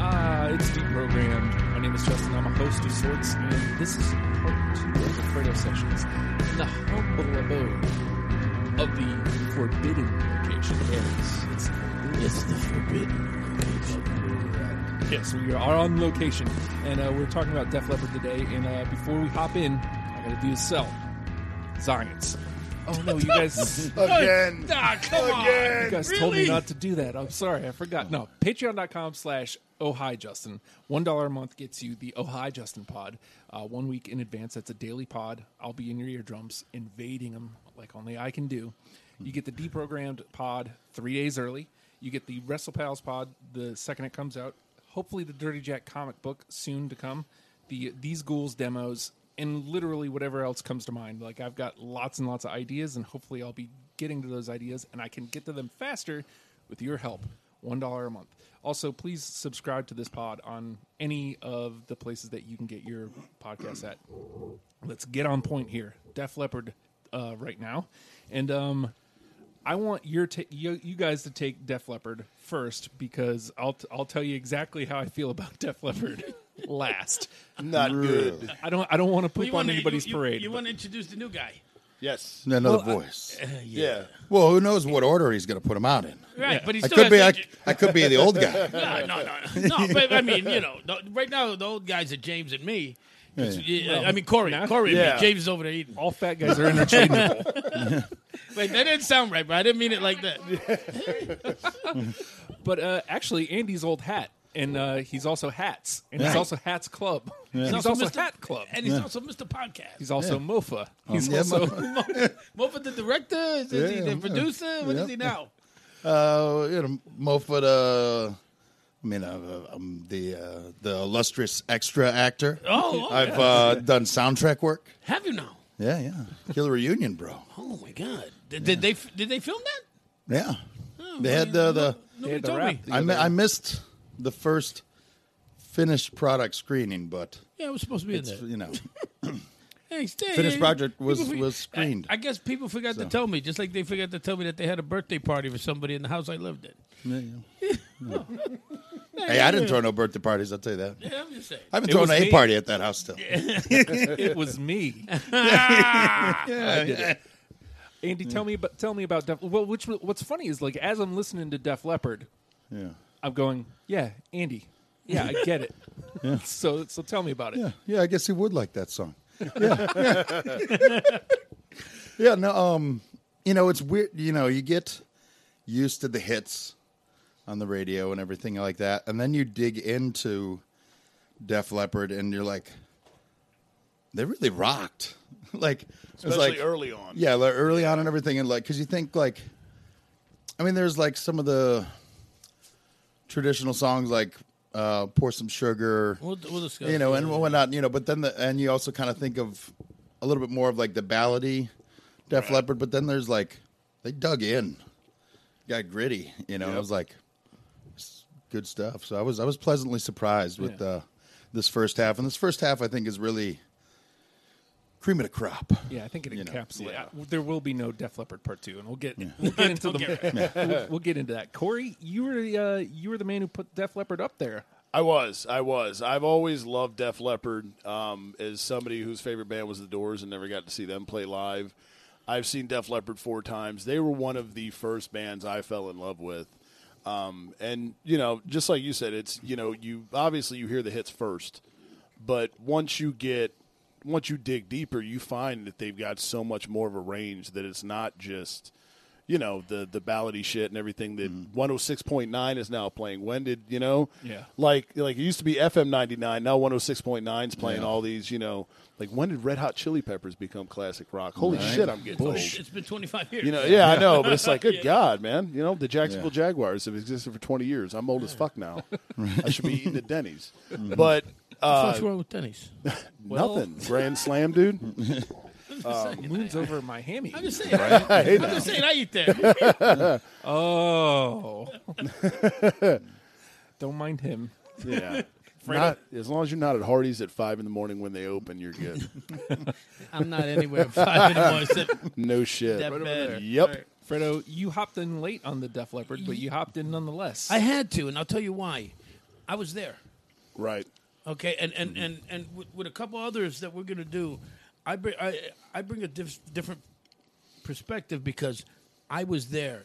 Uh, It's deprogrammed. My name is Justin. I'm a host of sorts, and this is part two of the Fredo sessions in the humble abode of the forbidden location. Yes, it's It's the forbidden location. Yes, we are on location, and uh, we're talking about Def Leppard today. And uh, before we hop in, I gotta do a sell science. Oh no, you guys Again. Ah, come on. Again. You guys told me Really? not to do that. I'm sorry, I forgot. No, patreon.com slash oh hi Justin. One dollar a month gets you the oh hi Justin pod. Uh, one week in advance. That's a daily pod. I'll be in your eardrums, invading them like only I can do. You get the deprogrammed pod three days early. You get the Wrestle Pals pod the second it comes out. Hopefully the Dirty Jack comic book soon to come. The these ghouls demos and literally whatever else comes to mind. Like I've got lots and lots of ideas, and hopefully I'll be getting to those ideas, and I can get to them faster with your help. One dollar a month. Also, please subscribe to this pod on any of the places that you can get your podcast at. Let's get on point here. Def Leopard, uh, right now, and um, I want your ta- you, you guys to take Def Leppard first because I'll t- I'll tell you exactly how I feel about Def Leppard last. Not good. I don't I don't want to poop You on wanna- anybody's you- you- parade. You, but- want to introduce the new guy, Yes. Another voice. Yeah. well, who knows what order he's going to put him out in? right? But he I still could be. I, has to- I could be the old guy. no, no, no, no. But I mean, you know, the- right now the old guys are James and me. 'Cause, yeah, I mean Corey, now- Corey, and me. Yeah. James is over there eating. all fat guys are interchangeable. Wait, that didn't sound right, but I didn't mean it like that. but uh, actually, Andy's old hat, and uh, he's also hats, and he's Right. also Hats Club. He's also also, Mr. Hat Club. And he's also Mr. Podcast. He's also Mofa. He's yeah, also Mofa the director? Is, is he Yeah, the yeah. producer? What is Yeah. he now? Uh, you know, Mofa the. I mean, uh, I'm the uh, the illustrious extra actor. Oh, oh, I've uh, done soundtrack work. Have you now? Yeah, yeah. Killer reunion, bro. Oh my God! Did, did they did they film that? Yeah. They had the the. Nobody Yeah, the told me. rap. I mi- I missed the first finished product screening, but Yeah, it was supposed to be in there. you know, Hey, stay. finished hey, project was people for- was screened. I, I guess people forgot to tell me, just like they forgot to tell me that they had a birthday party for somebody in the house I lived in. Yeah, yeah. No. hey, I didn't throw no birthday parties. I'll tell you that. Yeah, I'm just saying. I haven't It thrown was a me. party at that house still. it was me. I did it. Andy, tell me about tell me about Def. Well, which what's funny is like as I'm listening to Def Leppard, Yeah. I'm going, yeah, Andy, yeah, I get it. so so tell me about it. yeah, yeah. I guess he would like that song. Yeah, yeah. yeah. No, um, you know, it's weird. You know, you get used to the hits on the radio and everything like that, and then you dig into Def Leppard, and you're like, they really rocked. like, it's Especially like early on. Yeah, like early on and everything, and like because you think like, I mean, there's like some of the traditional songs like uh, "Pour Some Sugar," We'll, we'll discuss. you know, and whatnot, you know. But then the and you also kind of think of a little bit more of like the ballady Def Leppard, but then there's like they dug in, got gritty, you know. I was like, it's good stuff. So I was I was pleasantly surprised with uh, this first half, and this first half I think is really cream of the crop. Yeah, I think it You know, encapsulates. yeah. I- There will be no Def Leppard Part Two, and we'll get we'll get into the we'll, we'll get into that. Corey, you were uh, you were the man who put Def Leppard up there. I was. I was. I've always loved Def Leppard um, as somebody whose favorite band was The Doors and never got to see them play live. I've seen Def Leppard four times. They were one of the first bands I fell in love with. Um, and, you know, just like you said, it's, you know, you obviously you hear the hits first, but once you get, once you dig deeper, you find that they've got so much more of a range that it's not just, you know the the ballady shit and everything that 106.9 is now playing when did you know Yeah. like like it used to be fm 99 now 106.9 is playing all these you know like when did red hot chili peppers become classic rock holy shit i'm getting It's old it's been 25 years. you know yeah i know but it's like good god man you know the jacksonville jaguars have existed for 20 years i'm old as fuck now i should be eating at denny's but uh, What's wrong with Denny's? Well- nothing grand slam dude Moon's over my hammy. I'm just saying. I'm just saying. I eat there. Oh, don't mind him. yeah Not, as long as you're not at Hardee's at five in the morning when they open, you're good. I'm not anywhere five anymore. Except No shit. that bad. Yep. All right. Fredo, you hopped in late on the Def Leppard, but you hopped in nonetheless. I had to, and I'll tell you why. I was there. Right. Okay, and and and and with, with a couple others that we're gonna do, I bring I I bring a diff, different perspective because I was there.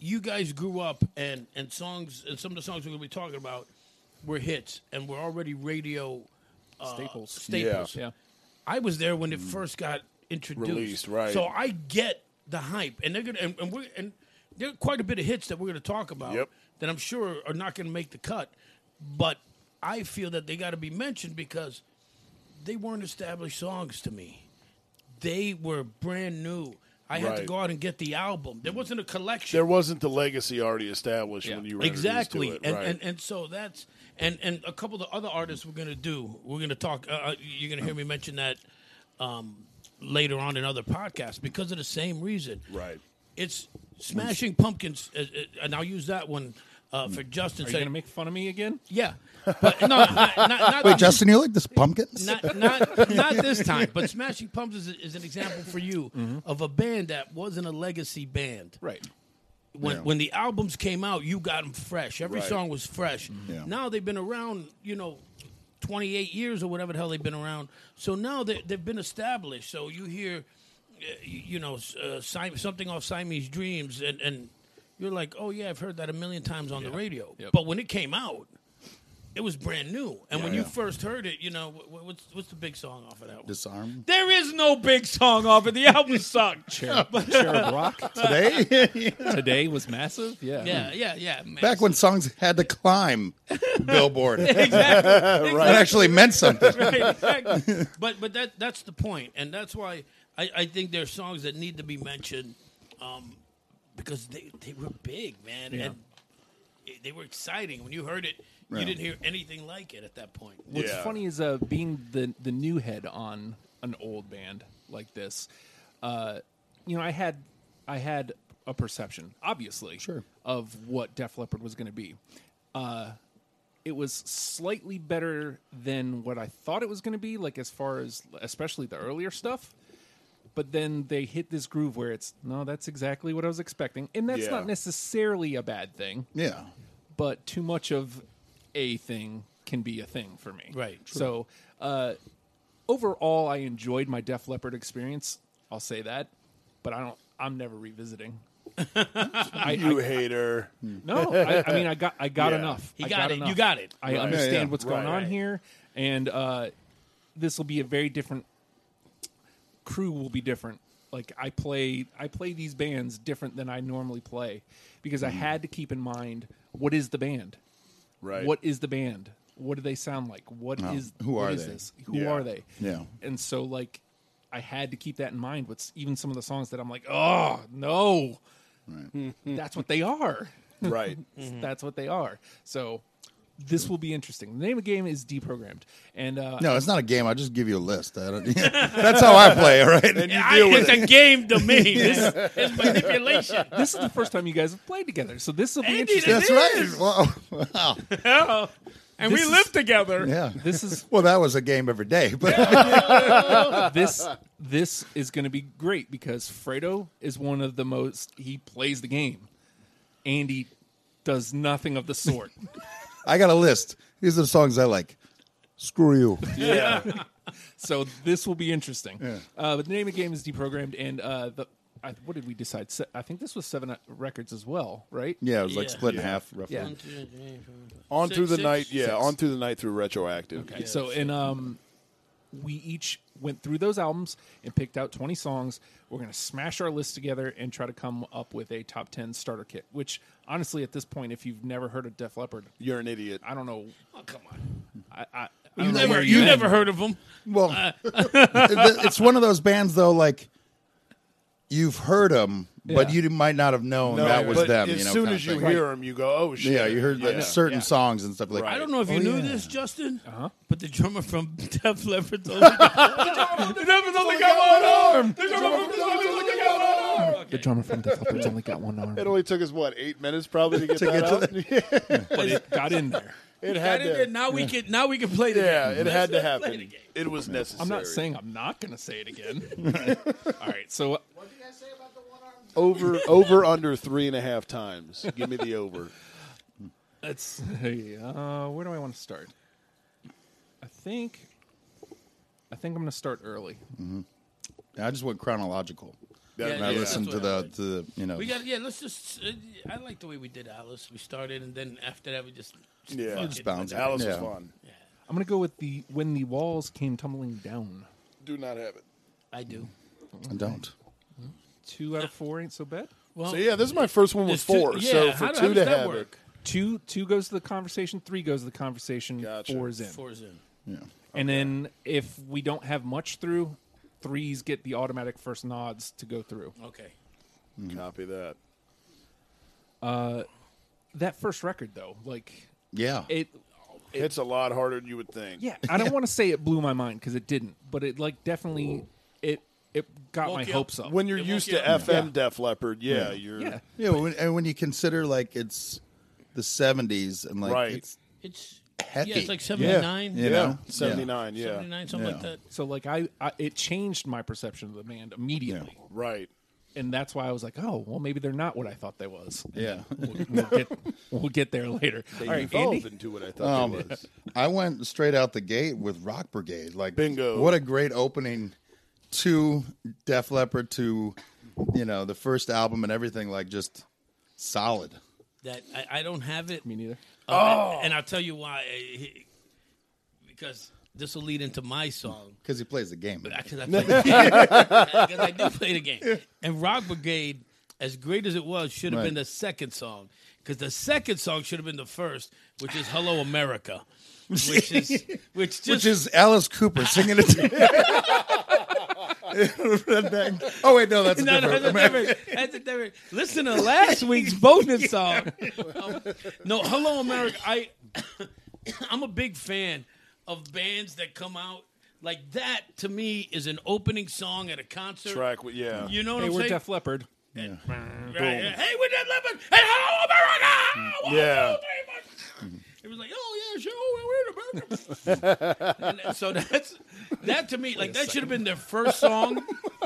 You guys grew up, and and songs and some of the songs we're gonna be talking about were hits, and were already radio uh, Staples. Staples. Yeah. I was there when it first got introduced. Mm. Released, right. So I get the hype, and they're gonna and, and we're and there are quite a bit of hits that we're gonna talk about Yep. that I'm sure are not gonna make the cut, but I feel that they got to be mentioned because they weren't established songs to me. They were brand new. I had to Right. go out and get the album. There wasn't a collection There wasn't the legacy already established Yeah. when you were introduced to exactly it, and, right. and and so that's and and a couple of the other artists we're gonna do we're gonna talk uh, uh, you're gonna hear me mention that um, later on in other podcasts because of the same reason right. it's smashing pumpkins uh, uh, and i'll use that one uh, for justin Are you saying gonna make fun of me again? yeah but no not, not, not, Wait, Justin, you like this pumpkins? not, not, not this time but smashing pumpkins is, is an example for you of a band that wasn't a legacy band Right. when Yeah. when the albums came out, you got them fresh. Every Right. song was fresh. Yeah. Now they've been around, you know, twenty eight years or whatever the hell they've been around. So now they they've been established. So you hear, uh, you know, s- uh, Sim- something off Siamese Dreams, and and you're like, oh yeah, I've heard that a million times on the radio. Yep. But when it came out. It was brand new, and when you Yeah. first heard it, you know wh- wh- what's what's the big song off of that one? Disarm there is no big song off it. The album sucked. Cherub, Cherub Rock today. today was massive. Yeah. Yeah, yeah, yeah. man. Back when songs had to climb Billboard, it exactly. actually meant something. right, exactly. but but that that's the point, and that's why I, I think there are songs that need to be mentioned, um, because they they were big, man, Yeah. and it- they were exciting. When you heard it, Yeah. you didn't hear anything like it at that point. What's Yeah. funny is uh, being the the new head on an old band like this. Uh, you know, I had I had a perception, obviously, Sure. of what Def Leppard was going to be. Uh, it was slightly better than what I thought it was going to be, like as far as especially the earlier stuff. But then they hit this groove where it's no, that's exactly what I was expecting, and that's Yeah. not necessarily a bad thing Yeah, but too much of a thing can be a thing for me. Right. So uh, overall, I enjoyed my Def Leppard experience. I'll say that, but I don't. I'm never revisiting. you hater. No, I, I mean, I got, I got Yeah. enough. He I got it. enough. You got it. I Right. understand Yeah, yeah. what's Right. going on here, and uh, this will be a very different crew will be different. Like I play I play these bands different than I normally play because Mm. I had to keep in mind what is the band? Right. What is the band? What do they sound like? What is Oh, who what are is they? this? Who Yeah. are they? Yeah. And so like I had to keep that in mind with s- even some of the songs that I'm like, "Oh, no. That's what they are." Right. That's what they are. So this will be interesting. The name of the game is deprogrammed. And uh no, it's not a game. I just give you a list. I don't, that's how I play. All right. And you I, deal with it's it. a game to me. This is manipulation. this is the first time you guys have played together, so this will be Andy, interesting. That's right. Wow. wow. Oh, and we This is- live together. Yeah. This is Well, that was a game every day, but this this is going to be great because Fredo is one of the most he plays the game. Andy does nothing of the sort. I got a list. These are the songs I like. Screw you. Yeah. so this will be interesting. Uh, but the name of the game is deprogrammed, and uh, the I, what did we decide? Se- I think this was seven uh, records as well, right? Yeah, it was like Yeah. split in half roughly. Yeah. On Six, through the six, night. Yeah. six. On through the night through retroactive. Okay, So and um, we each went through those albums and picked out 20 songs. We're gonna smash our list together and try to come up with a top 10 starter kit. Which honestly, at this point, if you've never heard of Def Leppard, You're an idiot. I don't know. Oh, come on. I, I, I You don't know never, where you been. never heard of them. Well, it- it's one of those bands though. Like you've heard them, but Yeah. you might not have known No, that was but them. As you know, soon kinda as you thing. hear him, you go, "Oh shit!" yeah, you heard Yeah. like, certain Yeah. songs and stuff like. Right. that. I don't know if you Oh, knew yeah. this, Justin, Uh-huh. but the drummer from Def Leppard told me. the drummer's only got one arm. The drummer from The drummer from Def Leppard's only got one arm, It only took us what eight minutes probably to get To that get to out. but it got in there. it Got had in there. to. Now we can. Now we can play the Yeah, game. it had to Let's play the happen. game. It was necessary. I'm not saying I'm not gonna say it again. All right, so What did you guys say about the one armed? over over under three and a half times. Give me the over. let's. Hey, uh, where do I want to start? think, I think I'm going to start early. I just went chronological. Yeah, And I yeah. listened to That's the what to the you know. We got yeah. Let's just. Uh, I like the way we did Alice. We started and then after that we just. Yeah. fuck Just it. bounce. Alice Yeah. was fun. I'm going to go with the when the walls came tumbling down. Do not have it. I do. I don't. Two out of four ain't so bad. Well, So yeah, this is my first one with there's two- four. yeah, so for how do- how two does to that have work? Two two goes to the conversation. Three goes to the conversation. Gotcha. Four is in. Four's in. Yeah. And then if we don't have much through, threes get the automatic first nods to go through. Okay. it, Mm-hmm. copy that. That first record though, like Yeah. it It's a lot harder than you would think. yeah, I don't want to say it blew my mind cuz it didn't, but it like definitely it it got Woke my you up. hopes up. When you're It woke used you to up. FM Def Leppard, yeah, you're yeah. yeah. When, and when you consider like it's the '70s and like Right. it's It's Hecky. yeah. It's like Yeah. seventy nine. You know? Yeah. seventy nine, yeah. Seventy nine. Something like Yeah. that. So like I, I it changed my perception of the band immediately. right. And that's why I was like, oh, well maybe they're not what I thought they was. yeah. We'll, we'll get, we'll get there later. They All right, evolved Andy. into what I thought Um, it was. I went straight out the gate with Rock Brigade. Like Bingo. What a great opening to Def Leppard to you know the first album and everything. Like just solid. That I, I don't have it. Me neither. Oh. And, I'll tell you why. eh, he- Because this will lead into my song. Because he plays the game. Because I, play the game. 'Cause I do play the game. And Rock Brigade, as great as it was, should have Right. been the second song. Because the second song should have been the first, which is "Hello America," which is which just Which is Alice Cooper singing it. oh wait, no, that's a no, no, different. that's a different. That's a different. Listen to last week's bonus song. Um, no, hello America. I I'm a big fan of bands that come out like that. To me, is an opening song at a concert. Track, with- yeah. You know what Hey, I'm we're saying? Def Leppard. Right, yeah. Hey, we're Def Leppard, and hello America. Mm-hmm. One, Yeah. two, three, four. It was like, oh yeah, sure, we're in America. And so that's that to me. Like that should have been their first song.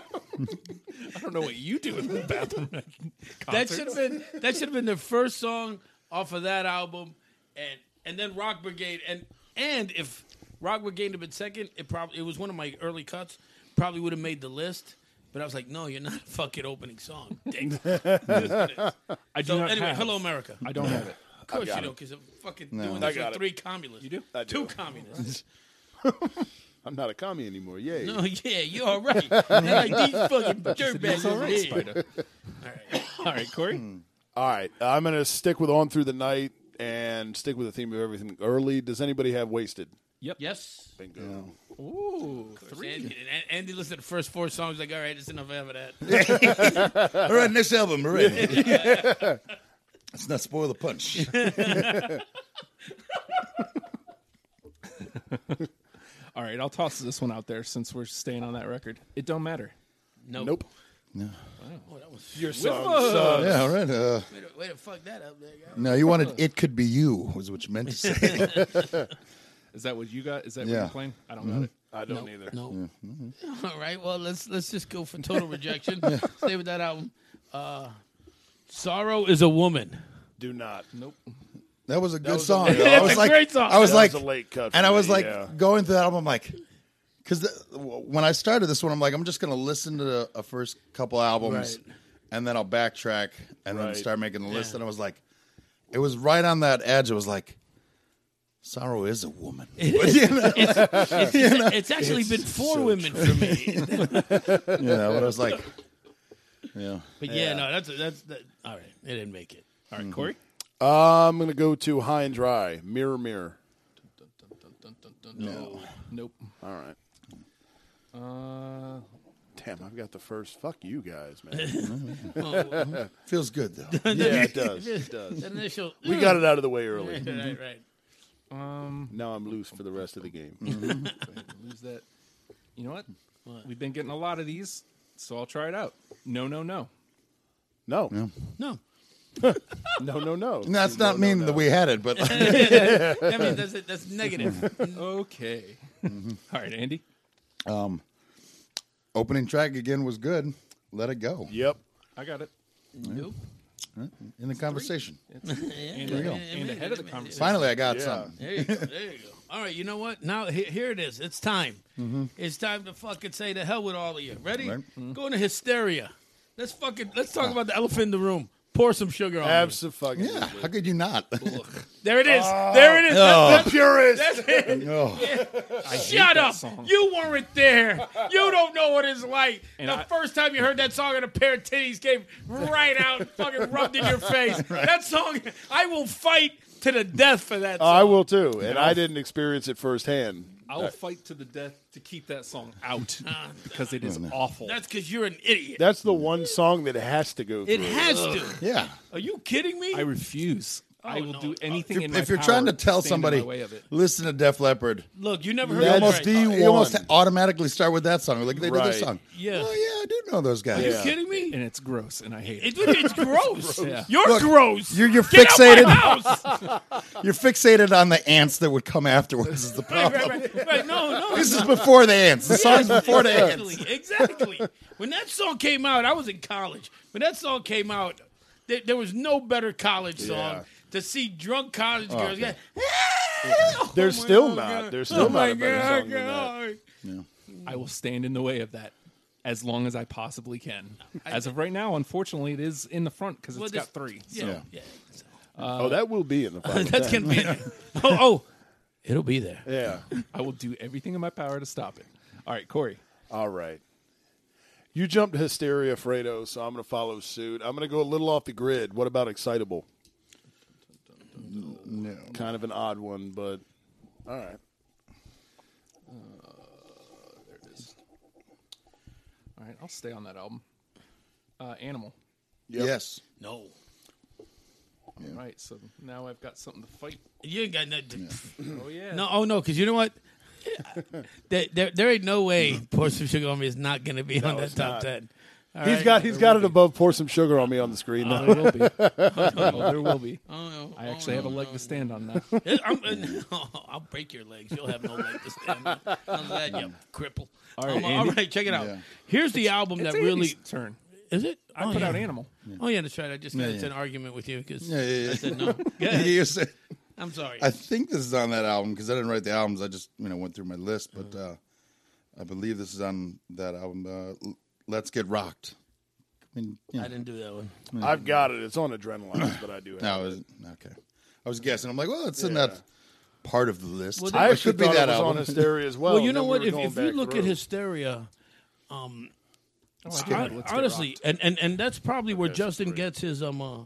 I don't know what you do in the bathroom. at That concerts. should have been that should have been the first song off of that album, and and then Rock Brigade, and and if Rock Brigade had been second, it probably it was one of my early cuts. Probably would have made the list, but I was like, no, you're not a fucking opening song. Dick. I do so not anyway, have hello America. I don't have it. Of course got you it. don't, because I'm fucking doing this I got with it. three communists. You do? I do. Two communists. I'm not a commie anymore. Yay. No, yeah, you're all right. They're like these fucking dirtbags over here. All right. All right, Corey. All right. I'm going to stick with On Through the Night and stick with the theme of everything early. Does anybody have Wasted? Yes. Bingo. Ooh, Andy, and Andy listened to the first four songs. Like, all right, it's enough of that. All right, next album, all right. Let's not spoil the punch. All right, I'll toss this one out there since we're staying on that record. It don't matter. Nope. Nope. Oh, that was Your song sucks. yeah, all right. Uh, way to, way to fuck that up, there, guy. no, you wanted "It Could Be You" was what you meant to say. Is that what you got? Is that what Yeah. Mm-hmm. you're playing? I don't got it. I don't either. No. All right. Well, let's let's just go for total rejection. Stay with that album. Uh, Sorrow is a woman. Do not. Nope. That was a good was a- song. That's I was a like, great song. I was That like, was a late cut. for and I me, was like yeah. going through that album, I'm like, because when I started this one, I'm like, I'm just gonna listen to the a first couple albums, Right. and then I'll backtrack and then Right. start making the list. Yeah. And I was like, it was right on that edge. It was like, sorrow is a woman. You know? It's, it's- it's actually been four women for me. you know, but I was like, yeah. But yeah, no, that's that's that, all right. It didn't make it. All right, Corey. Mm-hmm. Uh, I'm going to go to High and Dry. Mirror, Mirror. No. Nope. All right. Uh, Damn, I've got the first. Fuck you guys, man. Feels good though. yeah, it does. It does. That initial. We got it out of the way early. right, right. Now I'm loose for the rest of the game. Mm-hmm. lose that. You know what? What? We've been getting a lot of these, so I'll try it out. No, no, no. No, no, No. no, no. And that's not mean that we had it, but I mean, that's that's negative. Okay. Mm-hmm. All right, Andy. opening track again was good. Let it go Yep. I got it. nope. in the conversation. And, you go. and ahead of the conversation. Finally, I got Yeah. something. There you go. There you go. All right, you know what? Now he- here it is. It's time. Mm-hmm. It's time to fucking say the hell with all of you. Ready? Right. Go into hysteria. Let's fucking let's Ah. talk about the elephant in the room. Pour some sugar Oh, on it. Absolutely. Yeah, how could you not? There it is. Ah. there it is. That's- The purist. that's it. oh, Shut that up. song. You weren't there. You don't know what it's like. And the I- first time you heard that song and a pair of titties came right out and fucking rubbed in your face. That song, I will fight to the death for that song. Uh, I will too, and I didn't experience it firsthand. I'll fight to the death to keep that song out because it Oh, is awful. Ah, That's because you're an idiot. That's the one song that has to go through. it has to. yeah. Are you kidding me? I refuse. I will Oh, no. do anything in my If you're power trying to tell stand in somebody, my way of it. listen to Def Leppard. Look, you never heard They That's that. almost, Right. the you almost one. automatically start with that song. Like they do this Right. song. Yeah. Oh yeah, I do know those guys. Are you Yeah. kidding me? and it's gross, and I hate It- it. it's gross. Yeah. You're Look, gross. You're you're Get fixated. out my house. You're fixated on the ants that would come afterwards. Is the right, problem? right, right, right. No, no. This is before the ants. The song's before the ants. exactly, exactly. When that song came out, I was in college. When that song came out, there, there was no better college song Yeah. Oh, to see drunk college girls. yeah. go, "Ah!" There's Oh my still God. not. There's oh still my not a better God, song than that. God. I will stand in the way of that as long as I possibly can. As of right now, unfortunately, it is in the front because it's Well, got this- three. Yeah, Yeah. yeah. oh, that will be in the final That's ten. gonna be. oh, oh, it'll be there. yeah. I will do everything in my power to stop it. All right, Corey. All right. You jumped hysteria, Fredo, so I'm going to follow suit. I'm going to go a little off the grid. What about excitable? No. Kind of an odd one, but all right. All right, I'll stay on that album. Uh, Animal. Yes. No, All right, so now I've got something to fight. you ain't got nothing. to- Oh yeah. No, oh no, because you know what? there, there, there ain't no way Pour Some Sugar on Me is not going to be on that it's top not. ten. All He's right? got he's got it above pour some sugar on me on the screen. there will be. Oh, there will be. Oh, no. I Oh, actually have a no, leg no, to stand on now. no. I'm, uh, no, I'll break your legs. You'll have no leg to stand on. How's that, you cripple? All right, right, all Andy. right, check it out. Yeah. Here's the album It's that really Andy's turn. is it. I oh, put yeah. out Animal. Oh yeah, that's right. I just got Yeah, into yeah. an argument with you because Yeah, yeah, yeah. I said no. Go ahead. You said- I'm sorry. I think this is on that album because I didn't write the albums. I just you know went through my list, but uh, I believe this is on that album. Uh, L- Let's get rocked. I mean, you I know, didn't do that one. I've got it. It's on adrenaline, but I do have no, it it. was, okay. I was guessing. I'm like, well, it's in that part of the list. Well, Well, I I it actually should be thought that it was on album. hysteria as well. Well, you and know then what? We If, were if going you back look at through. Hysteria, Oh, I- honestly, and, and, and that's probably where Justin gets his um uh,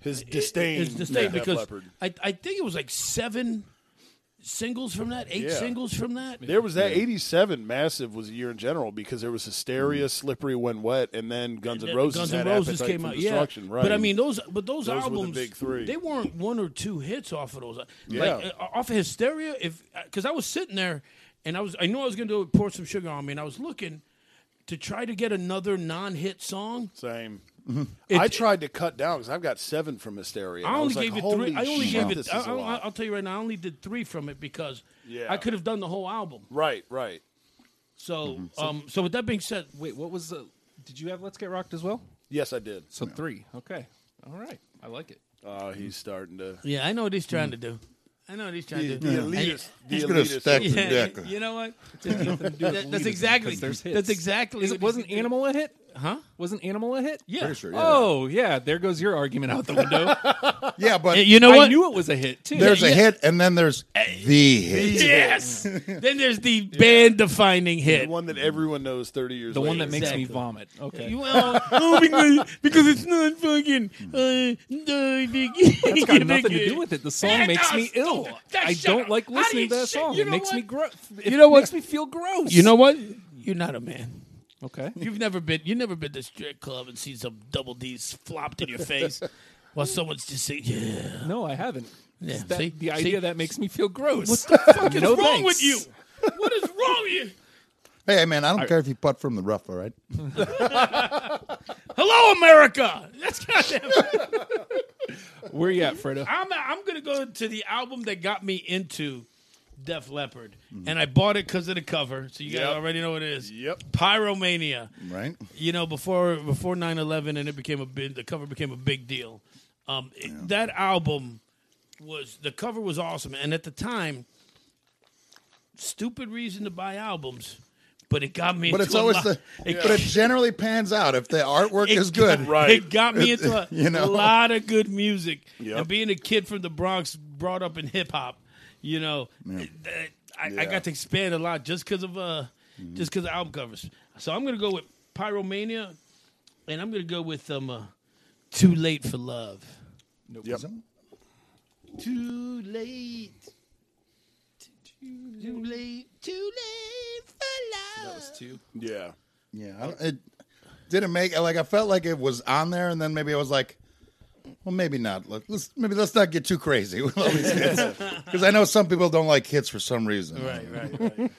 his disdain, It's the same for Def because Leppard. I, I think it was like seven singles from that, eight Yeah. singles from that. There was that '87 massive was a year in general because there was hysteria, slippery when wet, and then Guns N' Roses. Mm-hmm. Guns had N' Roses Appetite came for out, yeah. Destruction, right? But I mean, those but those, Those were the albums, big three. they weren't one or two hits off of those. Yeah. Like, uh, off of Hysteria, if because I was sitting there and I was I knew I was going to pour some sugar on me, and I was looking to try to get another non-hit song. same. I It's- tried to cut down because I've got seven from hysteria. Mm-hmm. I and only was like, gave it "Holy three. I only shit, gave this it. is I, a lot." I, will tell you right now, I only did three from it because Yeah. I could have done the whole album. right, right. So, Mm-hmm. um, so with that being said, Wait, what was the? Did you have Let's Get Rocked as well? Yes, I did. So three. Okay. All right. I like it. Oh, he's starting to. Yeah, I know what he's trying to do. I know what he's trying to Mm. The do. elitist. The He's gonna elitist. stack- And- yeah, Exactly. you know what? do with That- leaders, that's exactly. 'cause there's hits. That's exactly. Is what it, wasn't he's- Animal a hit? Huh? Wasn't Animal a hit? Yeah. Pretty sure, yeah. Oh yeah, there goes your argument out the window. yeah, but Uh, You know I what? knew it was a hit too. there's yeah. a hit, and then there's the hit. yes. then there's the band-defining The hit. one that everyone knows 30 years the one that makes Exactly. me vomit. Okay. You uh, oh, because, because it's not fucking. Uh, That's it's got nothing to do with it. The song It makes does. me ill. That- I shut don't up. like How do listening you to that say- song. you It know makes what? me gross. It You know what? makes me feel gross. You know what? You're not a man. Okay. You've never been. You never been to strip club and seen some double D's flopped in your face while someone's just saying, "Yeah." No, I haven't. Yeah, That- see? the idea See? that makes me feel gross. What the fuck is No wrong thanks. with you? What is wrong with you? Hey, man, I don't care if you putt from the rough. All right. Hello, America. That's goddamn. Where you at, Fredo? I'm I'm gonna go to the album that got me into Def Leppard, and I bought it because of the cover. So you guys Yep. already know what it is. Yep. Pyromania. Right. You know, before before 9-11 and it became a big, the cover became a big deal. Um, it- that album was the cover was awesome, and at the time, stupid reason to buy albums, but it got me. But into it's a always lot- the. It, But it generally pans out if the artwork it is good. got- Right. It got me into a, You know? lot of good music. Yep. And being a kid from the Bronx, brought up in hip hop, you know, that- I, I Yeah. got to expand a lot just because of uh, just because of album covers. So I'm gonna go with Pyromania, and I'm gonna go with um, uh, Too Late for Love. Yep. Too late. Too late. Too late for love. That was two. Yeah. Yeah, I don't, it didn't make like I felt like it was on there, and then maybe I was like, well, maybe not. Let- Let's maybe let's not get too crazy with all these hits because I know some people don't like hits for some reason. Right, right, right.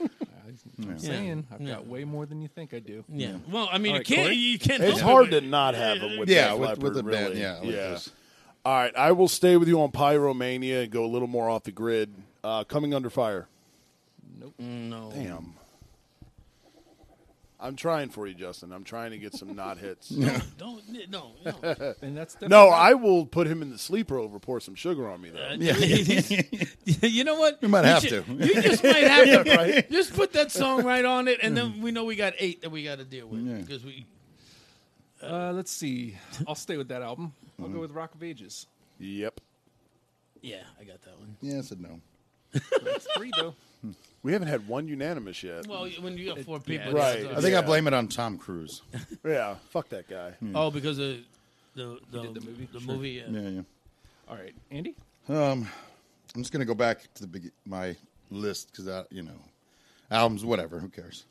I'm saying I've got way more than you think I do. Yeah. Well, I mean, All you right, can't. Corey? You can't. It's help it, hard but- to not have them with Yeah, Def with- Leppard, with the band, really. yeah, like yeah. this. All right, I will stay with you on Pyromania and go a little more off the grid. Uh, coming under fire. No. Damn. I'm trying for you, Justin. I'm trying to get some not hits. Don't. No. Uh, no. And that's no, I will put him in the sleeper over pour some sugar on me though. Yeah. you know what? You might have to. You just might have to. Just put that song right on it, and then we know we got eight that we got to deal with because we. Uh, let's see. I'll stay with that album. I'll go with Rock of Ages. Yep. Yeah, I got that one. Yeah, I said no. That's three though. We haven't had one unanimous yet. Well, when you got four people, Right. it's, uh, I think Yeah. I blame it on Tom Cruise. yeah. Fuck that guy. Oh, because of the the, did the movie? The movie. Yeah. Yeah, yeah. All right, Andy. Um, I'm just gonna go back to the beg- my list because I, you know, albums, whatever. Who cares?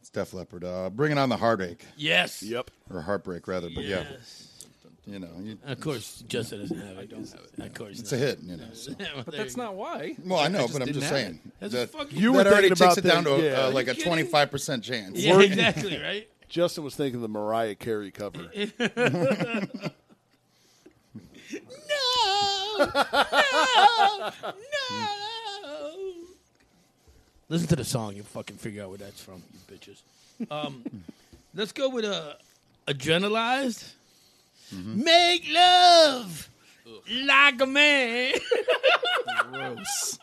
It's Def Leppard. Uh, bringing on the heartache Yes. Yep. or heartbreak rather, but yeah, Yes. you know, you, Of course, Justin doesn't have it. I don't have it. Of course. it's a hit. You know. so. But that's not why. Well, I know, but I'm didn't just have saying. That's that- fucking. You were that already thinking takes about it down the- to yeah. uh, like Are a you kidding? twenty five percent chance. Yeah, exactly. Right. Justin was thinking the Mariah Carey cover. No. No. No. Listen to the song. You'll fucking figure out where that's from, you bitches. Um, let's go with uh, adrenalized. Make love like a man. Gross.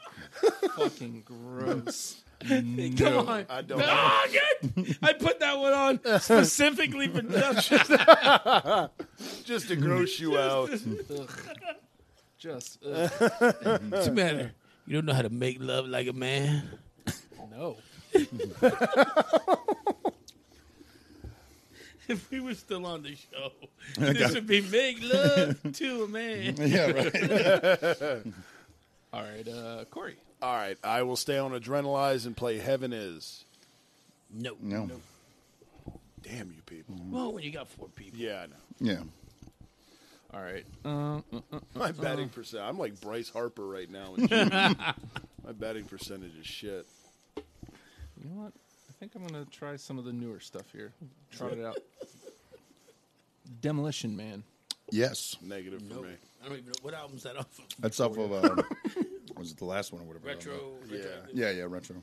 Fucking gross. Come on. I don't. Oh, good. I put that one on specifically for Justin. Just to gross you out. Just ugh, What's the matter? You don't know how to make love like a man. no. If we were still on the show, this would be make love to a man. yeah, right. All right, uh, Corey. All right, I will stay on Adrenalize and play Heaven Is. No. No. Damn you people. Well, when you got four people. Yeah, I know. Yeah. All right. Uh, My batting percent. I'm like Bryce Harper right now. in June. My batting percentage is shit. you know what? I think I'm gonna try some of the newer stuff here. Trot it out. Demolition Man. Yes. Negative for me. I don't even know what album's that off of. That's off of uh, was it the last one or whatever? Retro. Yeah. retro. Yeah, yeah, retro.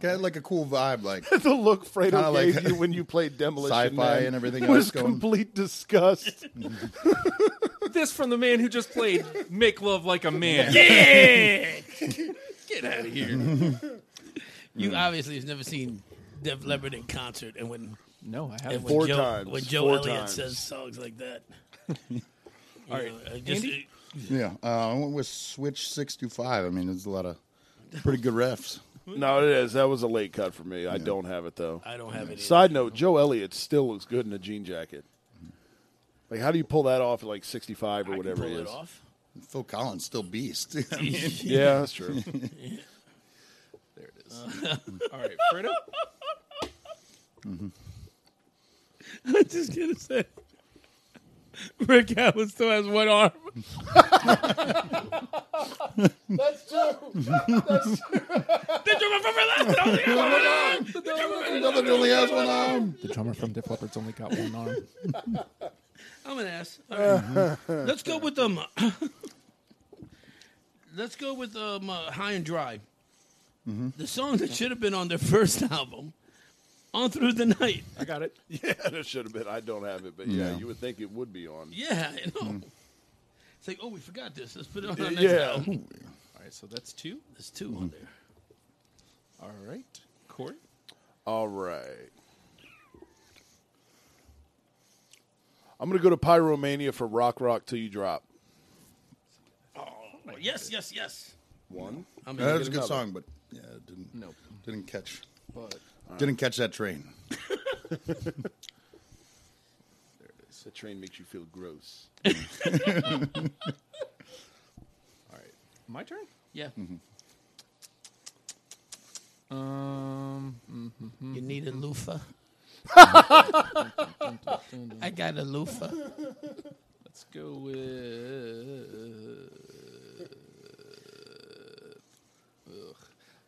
Got like a cool vibe, like the look Fredo Kinda like gave you when you played Demolition sci-fi Man and everything was else going. complete disgust. This from the man who just played "Make Love Like a Man." Get out of here. you obviously has never seen Def Leppard in concert, and when, No, I and haven't. when Four Joe, times. when Joe Four Elliott times. says songs like that. All right. Andy? yeah. Uh, I went with Switch six two five. I mean, there's a lot of pretty good refs. no, it is. That was a late cut for me. I don't have it though. I don't have any. Side note: Joe Elliott still looks good in a jean jacket. Mm-hmm. Like, how do you pull that off at like 65 or I can whatever pull it it is? off. Phil Collins still beast. Yeah, that's true. There it is. All right, Fredo. I'm just gonna say, Rick Allen still has one arm. that's true. Did you remember that? That was the other one. Another only has one um, arm. The drummer from Def Leppard's only got one arm. I'm an ass. All right. Let's go with um. Let's go with um, uh, High and Dry. The song that should have been on their first album, On Through the Night. I got it. yeah, that should have been. I don't have it, but yeah, No. you would think it would be on. Yeah, I know. It's like, oh, we forgot this. Let's put it on our next Yeah. album. All right, so that's two. There's 2 on there. All right, Corey. All right. I'm going to go to Pyromania for Rock Rock Till You Drop. Yes, yes, yes. One. I'm That was a gonna- good song, but yeah, it didn't Nope. didn't catch But didn't catch that train. That train makes you feel gross. my turn. Yeah. Um, You need a loofah? I got a loofah. let's go with Ugh.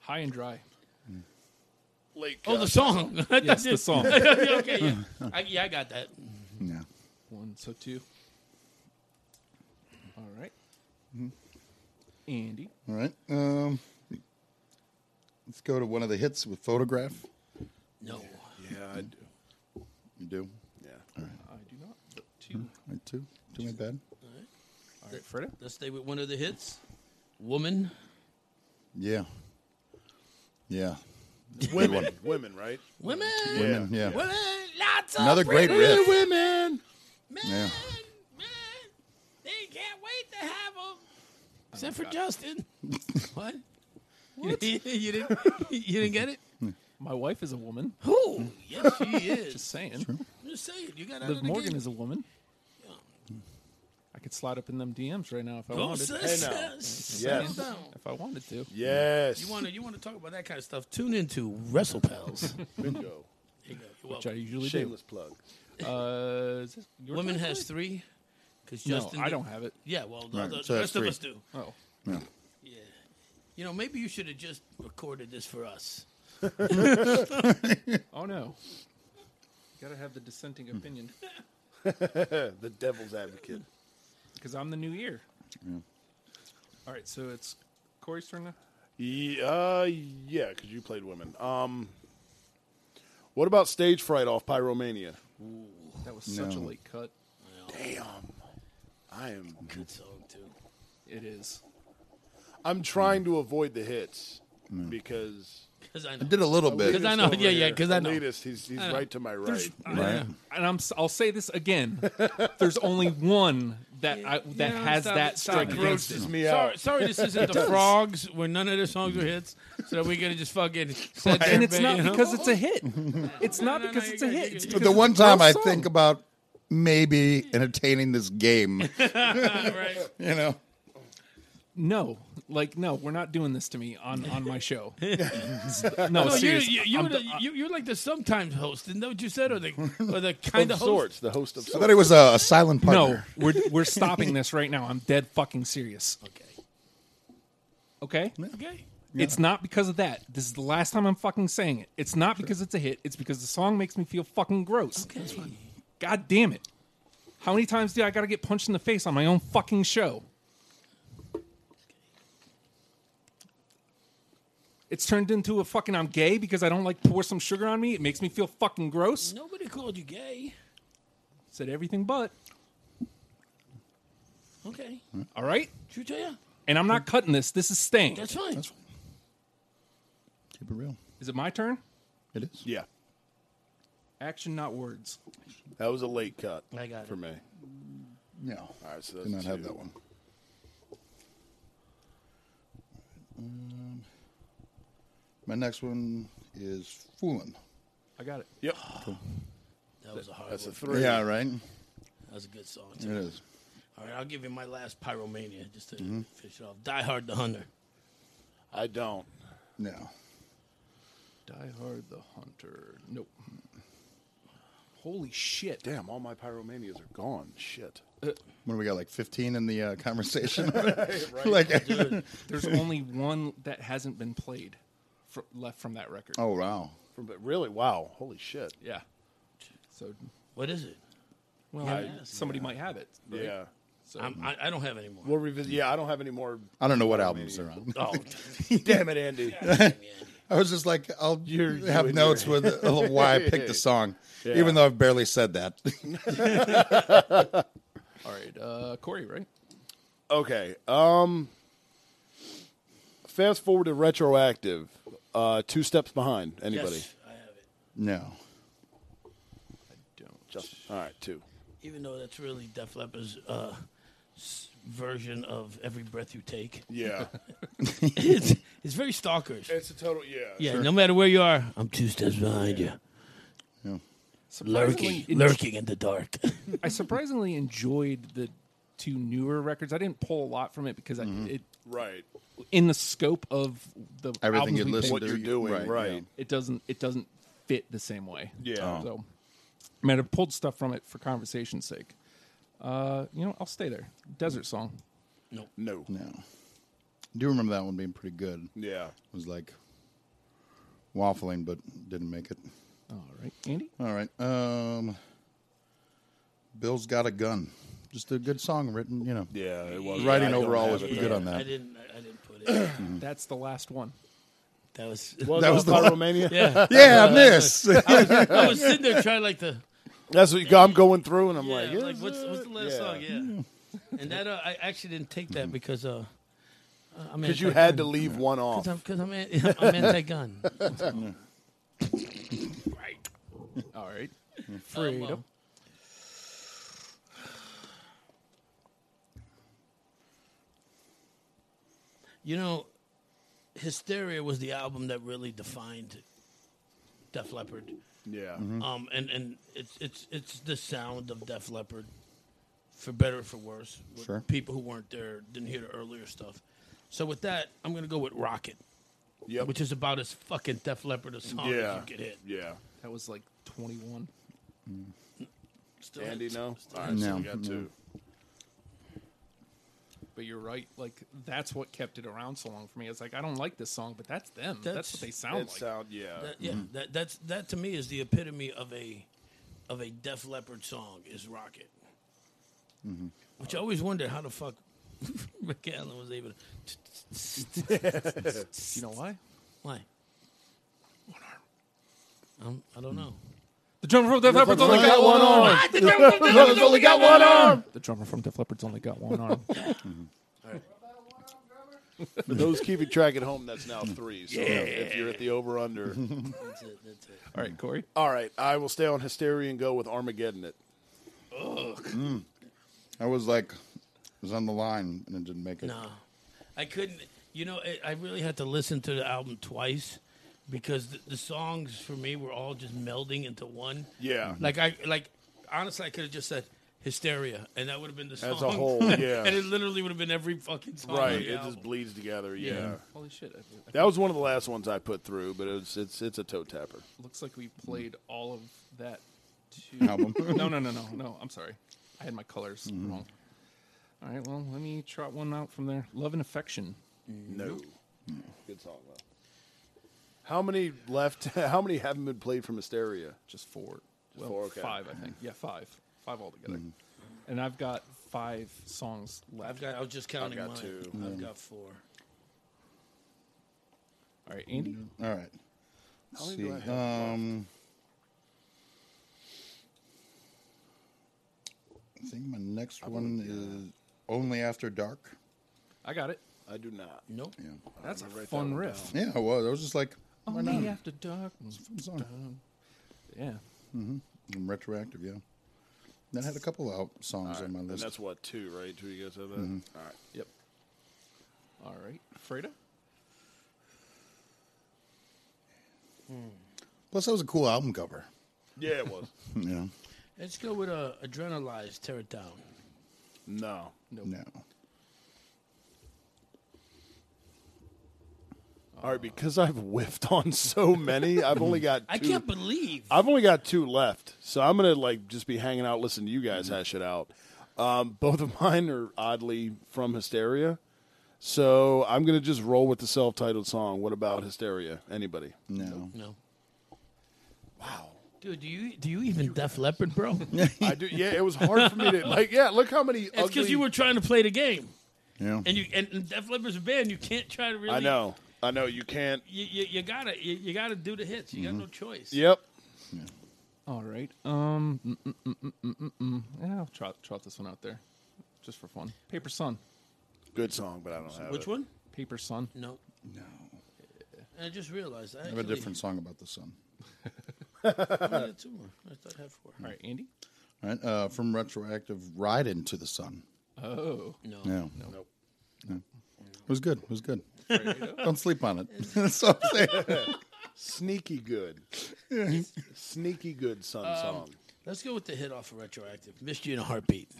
high and dry. Lake. Oh, the song. I Yes, the did- song. okay, yeah. I, yeah, I got that. Yeah. One, so two. All right. Mm-hmm. Andy. All right. Um, let's go to one of the hits with photograph. No. yeah, I do. You do. Yeah. I do not. But two. I too. Do my bad. All right, Freda. Let's stay with one of the hits. Woman. Yeah. Yeah. Women. women, right? Women. Women. Yeah. Women. Lots of Another great pretty riff. Women. Men. Yeah. Men. They can't wait to have them. Except for Justin. what? You, didn't, you didn't you didn't get it? My wife is a woman. Who? Yes, she is. Just saying. I'm just saying, you got out Liv of the Morgan game. is a woman. I could slide up in them DMs right now if I Go, wanted. sis. Hey, now. sis. Yes. Sit down. If I wanted to. Yes. You want to you want to talk about that kind of stuff? Tune into Wrestle Pals. There Bingo. you go. You're Which I welcome. usually Shameless plug. do. Uh, is this your Women turn, has Corey? three. Because No, Justin, I did- don't have it. Yeah, well, the, Right, the, so the that's rest of three. us do. Oh. Yeah. Yeah. You know, maybe you should have just recorded this for us. Oh no. Gotta have the dissenting opinion the devil's advocate. because I'm the new year. All right, so it's Corey's turn now. Yeah, uh, yeah, because you played women. Um, what about stage fright off Pyromania? That was such a No. late cut. Damn, I am. Good song too. It is. I'm trying to avoid the hits because Because I I know. did a little bit. Because I know. Elitist Yeah, over yeah. here. Because I know. Uh, Elitist, he's he's right to my right. Right. And I'm s- I'll say this again. There's only one that I, that Yeah, has stop that it, stop strike it. against it. Grosses me Sorry, out. sorry, this isn't the frogs where none of the songs were hits, so we could have just fucking. Sat there And it's ba- not you know? because it's a hit. It's not no, no, because you it's a got- hit. you It's got- because the it's one a gross time I song. think about maybe entertaining this game, right. you know. no, like no, we're not doing this to me on on my show. no, No, you're, Oh, seriously, you, you, I'm were the, d- I- you, you're like the sometimes host, isn't that what you said? Or the, or the Of kind of host? sorts, the host of I sorts. thought it was a, a silent no, partner. we're we're stopping this right now. I'm dead fucking serious. Okay. Okay, Okay. it's not because of that. This is the last time I'm fucking saying it. It's not because it's a hit. It's because the song makes me feel fucking gross. Okay. God damn it! How many times do I got to get punched in the face on my own fucking show? It's turned into a fucking I'm gay because I don't like pour some sugar on me. It makes me feel fucking gross. Nobody called you gay. Said everything but. Okay. All right? True to you. And I'm not cutting this. This is staying. That's fine. That's fine. Keep it real. Is it my turn? It is. yeah, Action, not words. that was a late cut. I got it. for me. No. All right, so that's Did not have two. that one. Um, my next one is Foolin'. I got it. Yep, That was a hard that's a one. three. Yeah, right? that was a good song, It too. is. All right, I'll give you my last pyromania just to finish it off. Die Hard the Hunter. I don't. No. Die Hard the Hunter. Nope. Holy shit. Damn, all my pyromanias are gone. Shit. What do we got, like 15 in the uh, conversation? like, There's only one that hasn't been played fr- left from that record. oh, wow. From, but really, wow. Holy shit. Yeah. So, What is it? well, Yeah, I- yeah. somebody might have it. right? Yeah. So, I'm, I, I don't have any more. We'll revisit. Yeah, I don't have any more. I don't know what albums they're on. Oh, Damn it, Andy. damn, yeah. I was just like, I'll You're- have you're- notes with a little why I picked the song, Yeah. even though I've barely said that. all right. Uh, Corey, right? Okay. Um fast forward to retroactive, uh, two steps behind anybody. Yes, I have it. No. Just all right, two. Even though that's really Def Leppard's uh, s- version of "Every Breath You Take," Yeah, it's, it's very stalkerish. it's a total. Yeah, yeah, no matter where you are, I'm two steps behind you, lurking, Surprisingly- lurking in the dark. I surprisingly enjoyed the two newer records. I didn't pull a lot from it because Mm-hmm. I, it right. in the scope of the albums Everything you we listen picked, What to. you're doing, right. yeah. it doesn't it doesn't fit the same way. Yeah. Oh. So, I mean, I pulled stuff from it for conversation's sake. Uh, you know, I'll stay there. Desert song. No. No. I do remember that one being pretty good. It Yeah. was like waffling, but didn't make it. All right, Andy. All right. Um, Bill's Got a Gun. Just a good song written, you know. Yeah, it was. The writing I don't overall have was it, pretty good though. on that. I didn't, I didn't put it. That's the last one. That was, Was That that was was the one. Romania. yeah. Yeah, miss. I was sitting there trying like the. That's what you, I'm going through, and I'm Yeah, like, I'm like is what's, it? what's the last Yeah. song? Yeah. And that uh, I actually didn't take Mm-hmm. that because uh, I mean, Because you had to leave one off. because I'm, an- I'm anti-gun. right. All right, freedom. You know, Hysteria was the album that really defined Def Leppard. Yeah. Um, and and it's it's it's the sound of Def Leppard, for better or for worse. with Sure. People who weren't there didn't hear the earlier stuff. So with that, I'm gonna go with Rocket, Yep. which is about as fucking Def Leppard a song yeah. as you could hit. Yeah. That was like twenty one. Still Andy, hits. no. All right, so No, we got no. two. But you're right. Like that's what kept it around so long for me. It's like I don't like this song, but that's them. That's, That's- what they sound It like. sound, yeah. That, Uh, yeah, that that's that to me is the epitome of a of a Def Leppard song is Rocket. Which I always wondered how the fuck Rick Allen was able to. you know why? Why? One arm. Um, I don't know. The drummer from Def Leppard's only got one arm. The drummer from Def Leppard's only got one arm. The drummer from Def Leppard's only got one arm. For those keeping track at home, that's now three. So if you're at the over under. That's it. That's it. All right, Corey. All right, I will stay on Hysteria and go with Armageddon it. I was like, it was on the line and it didn't make it. No, I couldn't. You know, I- I really had to listen to the album twice because the, the songs for me were all just melding into one. Yeah. Like I like honestly, I could have just said hysteria, and that would have been the song As a whole, yeah. and it literally would have been every fucking song. on right. the It album. just bleeds together. Yeah. Holy shit! I- I That was one of the last ones I put through, but it's it's it's a toe tapper. Looks like we played all of that too. Album. no, no, no, no, no. I'm sorry. I had my colors wrong. All right, well, let me trot one out from there. Love and affection. No. Good song though. How many left how many haven't been played from Hysteria? Just four. Just Well, four, okay. five, I think. Yeah, five. Five altogether. And I've got five songs left. I've got. I was just counting got mine. two. I've got four. all right, Andy. All right. How Let's many do I see. have left? Um, I think my next one is Only After Dark. I got it. I do not. Nope. Yeah. That's a gonna write fun that one riff. Yeah, it was. I was just like, why not? Only after dark. Fun song. Yeah. And retroactive, yeah. Then I had a couple of out- songs on my And list. that's what, two, right? Two you guys have that? All right. Yep. All right, Freda. Plus, that was a cool album cover. Yeah, it was. Yeah. Let's go with uh, Adrenalize, tear it down. no. No. All right, because I've whiffed on so many, I've only got two I can't believe. I've only got two left, so I'm gonna like just be hanging out, listening to you guys hash it out. Um, both of mine are oddly from Hysteria, so I'm gonna just roll with the self-titled song. What about Hysteria? Anybody? No. no, Wow, dude. Do you do you even Def Leppard, bro? I do. Yeah, it was hard for me to like. Yeah, look how many. That's because ugly- you were trying to play the game, Yeah. and you and, and Def Leppard's a band. You can't try to really. I know. I know. You can't. You, you, you gotta you, you gotta do the hits. You Mm-hmm. got no choice. Yep. All right. Um, mm, mm, mm, mm, mm, mm, mm. Yeah, I'll trot, trot this one out there just for fun. Paper Sun. Good song, but I don't have Which it. one? Paper Sun. No. No. And I just realized I, I have a actually different song about the sun. had two more. I thought I had four. All right, Andy. All right. Uh, from retroactive, Ride Into the Sun. Oh, No. Yeah. Nope. It was good. It was good. Don't sleep on it. That's what I'm saying. Sneaky good. Sneaky good sun Um, song. Let's go with the hit off of retroactive. Missed you in a heartbeat.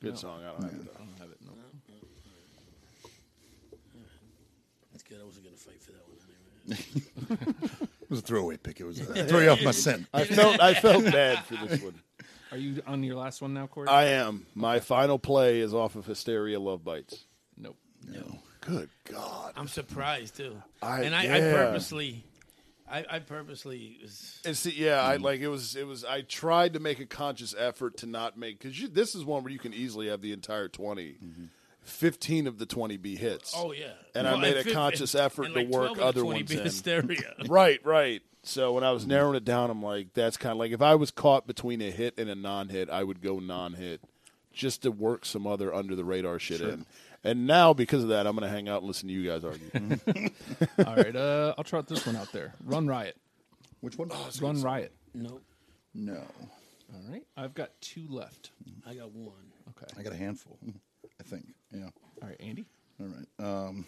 Good song. I don't have it though. I don't have it. No. That's good. I wasn't gonna fight for that one anyway. It was a throwaway pick. It was uh, throw you off my scent. I felt I felt bad for this one. Are you on your last one now, Corey? I am. My final play is off of Hysteria Love Bites. nope. no. Good God. I'm surprised too. I- and I, I yeah. purposely I, I purposely was And see, yeah, I like it was. It was. I tried to make a conscious effort to not make because this is one where you can easily have the entire 20 15 of the twenty be hits. Oh yeah. And I made a fif- conscious effort and to like work 12 of the other 20 ones beat in. hysteria. right, right. So when I was narrowing it down, I'm like, that's kind of like if I was caught between a hit and a non-hit, I would go non-hit just to work some other under the radar shit in. And now because of that, I'm going to hang out and listen to you guys argue. All right, uh, I'll trot this one out there. Run Riot. Which one? Oh, Run Riot. nope. No. All right, I've got two left. I got one. I got a handful, I think. Yeah. All right, Andy. All right. Um,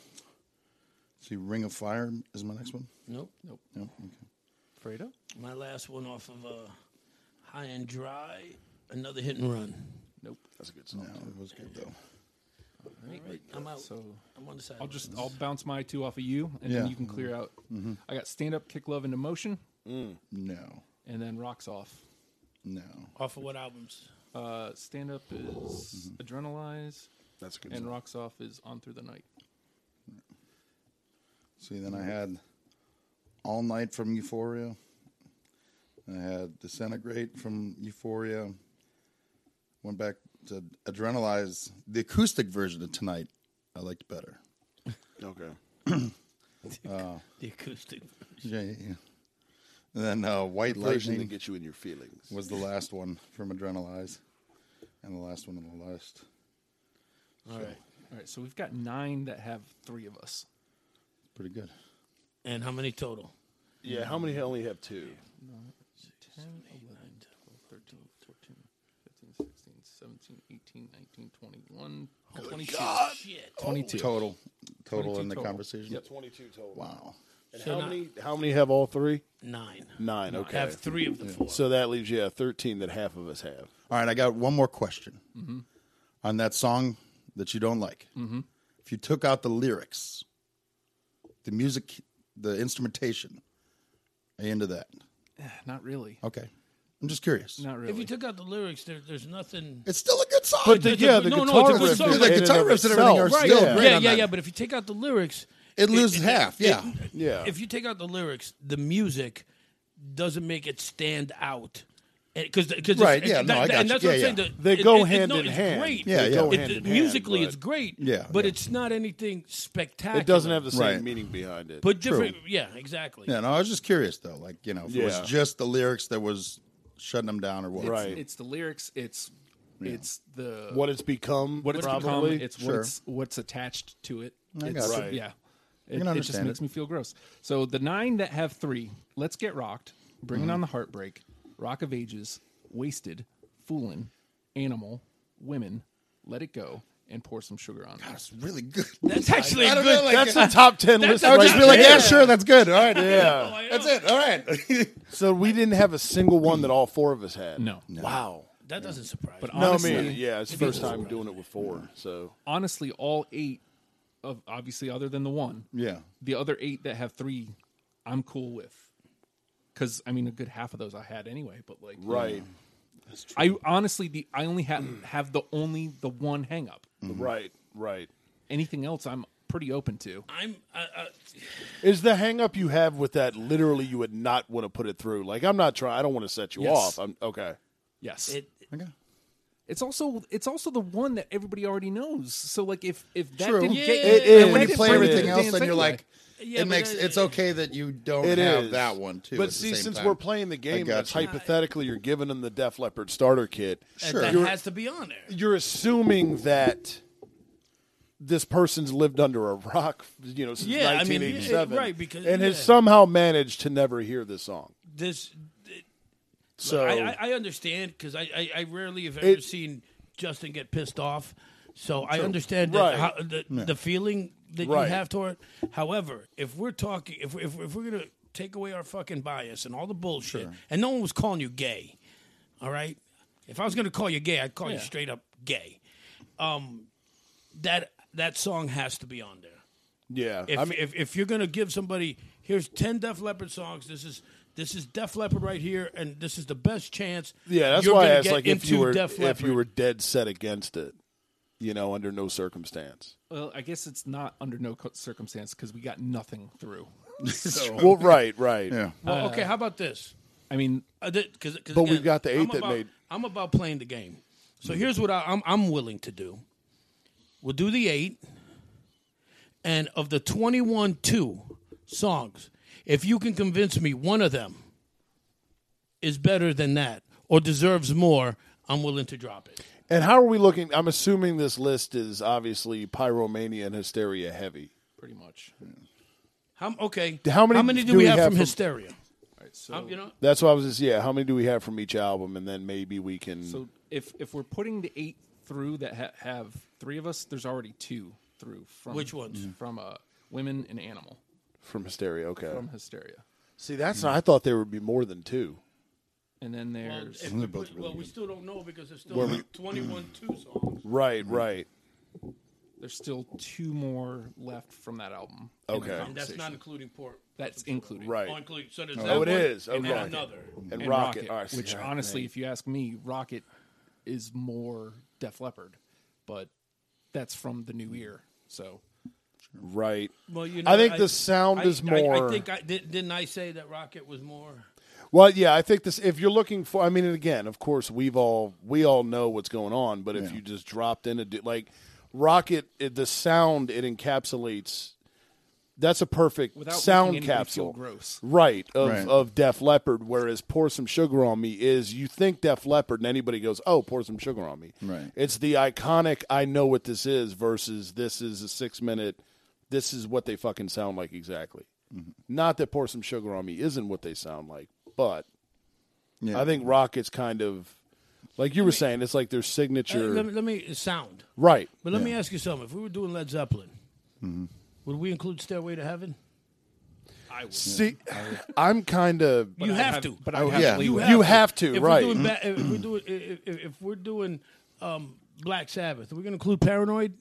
see, Ring of Fire is my next one. Nope. Nope. No. Okay. Fredo. My last one off of uh, High and Dry, another hit and run. Nope. That's a good song. No, it was good though. All right, I'm out. So I'm on the side. I'll just I'll bounce my two off of you, and Yeah. then you can clear out. Mm-hmm. I got stand up, kick love into motion, No. and then rocks off. No. off of what albums? Uh, stand up is adrenalize, Mm-hmm. That's a good. and song. rocks off is on through the night. See, then I had All Night from Euphoria. I had Disintegrate from Euphoria. Went back to Adrenalize. The acoustic version of Tonight I liked better. Okay. The acoustic. Yeah, yeah, yeah. And then uh, White Version that Lightning gets you in your feelings. was the last one from Adrenalize, and the last one on the list. All right. All right, so we've got nine that have three of us. Pretty good. And how many total? yeah. How many only have two? 10, 11, 12, 13, 14, 15, 16, 17, 18, 19, 21, Oh, 22. Shit. 22. Total, total 22 in the total. conversation. Yep. Twenty-two total. Wow. And So how not- many? How many have all three? Nine. Nine. Okay. I have three of the four. so that leaves you at thirteen that half of us have. All right, I got one more question on that song that you don't like. Mm-hmm. If you took out the lyrics, the music, the instrumentation, are you into that? Not really. Oh. Okay, I'm just curious. Not really. if you took out the lyrics, there, there's nothing. It's still a good song. But the, It's a- yeah, the no, no, guitar it's a good riff, song. is The in and guitar of riffs and everything itself. are Right, still yeah. great. yeah, on yeah, that. yeah. But if you take out the lyrics, it loses half. yeah, Yeah. if you take out the lyrics, the music doesn't make it stand out. Because Right, yeah, no, I got and that's you. Yeah, what I'm yeah. saying. the- They it- go it- it- hand no, in it's hand. Great. Yeah, They yeah. go It- hand in hand, musically, but it's great. Yeah, but yeah. it's not anything spectacular. It doesn't have the same Right. meaning behind it. But different. Yeah, exactly. yeah. No, I was just curious though. Like you know, if it was Yeah. just the lyrics that was shutting them down or what? Right. it's, it's the lyrics. It's it's the what it's become, what it's probably. become. It's Sure. what's what's attached to it. I It's- got you. Right. Yeah, it, it can just understand makes it. me feel gross. So the nine that have three, let's get rocked. Bringing Mm-hmm. on the heartbreak, rock of ages, wasted, foolin', animal, women, let it go, and pour some sugar on. it. That's really good. That's actually I a don't good. know, like, that's the top ten list. I would right just be like, yeah, there. sure, that's good. All right, Yeah. I know. that's it. All right. So we didn't have a single one that all four of us had. No. Wow. That doesn't surprise But me. No, honestly, I mean, yeah, it's the first time doing it with four. So honestly, all eight of obviously other than the one, Yeah. the other eight that have three, I'm cool with. Because I mean, a good half of those I had anyway. But like, right, I honestly the I only have have the only the one hang up. right, right. Anything else I'm pretty open to. I'm. uh, I, I, Is the hang up you have with that literally you would not want to put it through? Like I'm not trying. I don't want to set you Yes. off. I'm okay. Yes. it, Okay. it's also it's also the one that everybody already knows. So like if if that True. didn't Yeah, get It if that is. When you didn't play bring it everything to else, dance then you're anyway, like, Yeah, it but makes that- it's okay that you don't It is have that one too. But at the see, same since time. we're playing the game, got that's you. hypothetically you're giving them the Def Leppard starter kit. that- Sure. that You're- has to be on there. You're assuming that this person's lived under a rock, you know, since Yeah, I mean, 1987, yeah, right, because- and has yeah. somehow managed to never hear this song. This So I, I, I understand because I, I, I rarely have ever It- seen Justin get pissed off. So I understand that Right. how, the, the feeling that Right. you have toward. it. However, if we're talking, if if, if we're gonna take away our fucking bias and all the bullshit, and no one was calling you gay, all right. If I was gonna call you gay, I'd call you straight up gay. Um, that that song has to be on there. yeah, If, I mean, if if you're gonna give somebody here's ten Def Leppard songs, this is this is Def Leppard right here, and this is the best chance. yeah, that's you're why I gonna asked, get like, if you into were Def if you Leppard. were dead set against it, you know, under no circumstance. Well, I guess it's not under no co- circumstance because we got nothing through. Well, right, right, Yeah. Well, okay, how about this? I mean, Because cause, 'cause But again, we've got the eight I'm that about- made- I'm about playing the game. So here's what I, I'm I'm willing to do. We'll do the eight, and of the 21 two songs, if you can convince me one of them is better than that or deserves more, I'm willing to drop it. And how are we looking? I'm assuming this list is obviously pyromania and hysteria heavy. pretty much. All How, okay. How many do do, we we have, have from, from- Hysteria? right, so Um, you know, That's what I was just yeah. How many do we have from each album, and then maybe we can. So if if we're putting the eight through that ha- have three of us, there's already two through from Which ones? from uh, women and animal From Hysteria, okay. Hmm. from hysteria, See, that's not, I thought there would be more than two. and then well, there's if They're we, both put- really well, we still don't know because there's still 21 two songs. Right, right. there's still two more left from that album. in the Okay. And that's conversation. not including Port. that's including Right. Oh, including, so there's Mm-hmm. Oh, that it one is. And then Okay. another. And, and Rocket, Rocket, All right, which yeah. honestly, if you ask me, Rocket is more Def Leppard, but that's from the new year. So right. Well, you I think the sound I- is I- I, more. think I did, didn't. I say that Rocket was more. well, yeah, I think this. If you're looking for, I mean, and again, of course, we've all we all know what's going on. But if you just dropped in a di- like Rocket, it, the sound it encapsulates. That's a perfect without making sound anybody feel capsule. gross. Right of Right. of Def Leppard, whereas "Pour Some Sugar on Me" is you think Def Leppard, and anybody goes, "Oh, pour some sugar on me." Right. It's the iconic. I know what this is versus this is a six minute. This is what they fucking sound like exactly. Not that "Pour Some Sugar on Me" isn't what they sound like, but Yeah. I think Rocket's kind of like you were saying. It's like their Hey, signature. let, me, let me sound. right. But let me ask you something. If we were doing Led Zeppelin, Mm-hmm. would we include Stairway to Heaven? See, I'm kind of. you I have, to. but Oh, I would have yeah. to leave You have to, If right. Mm-hmm. We're doing, ba- if we're doing, if, if- if we're doing um, Black Sabbath, we're going to include Paranoid.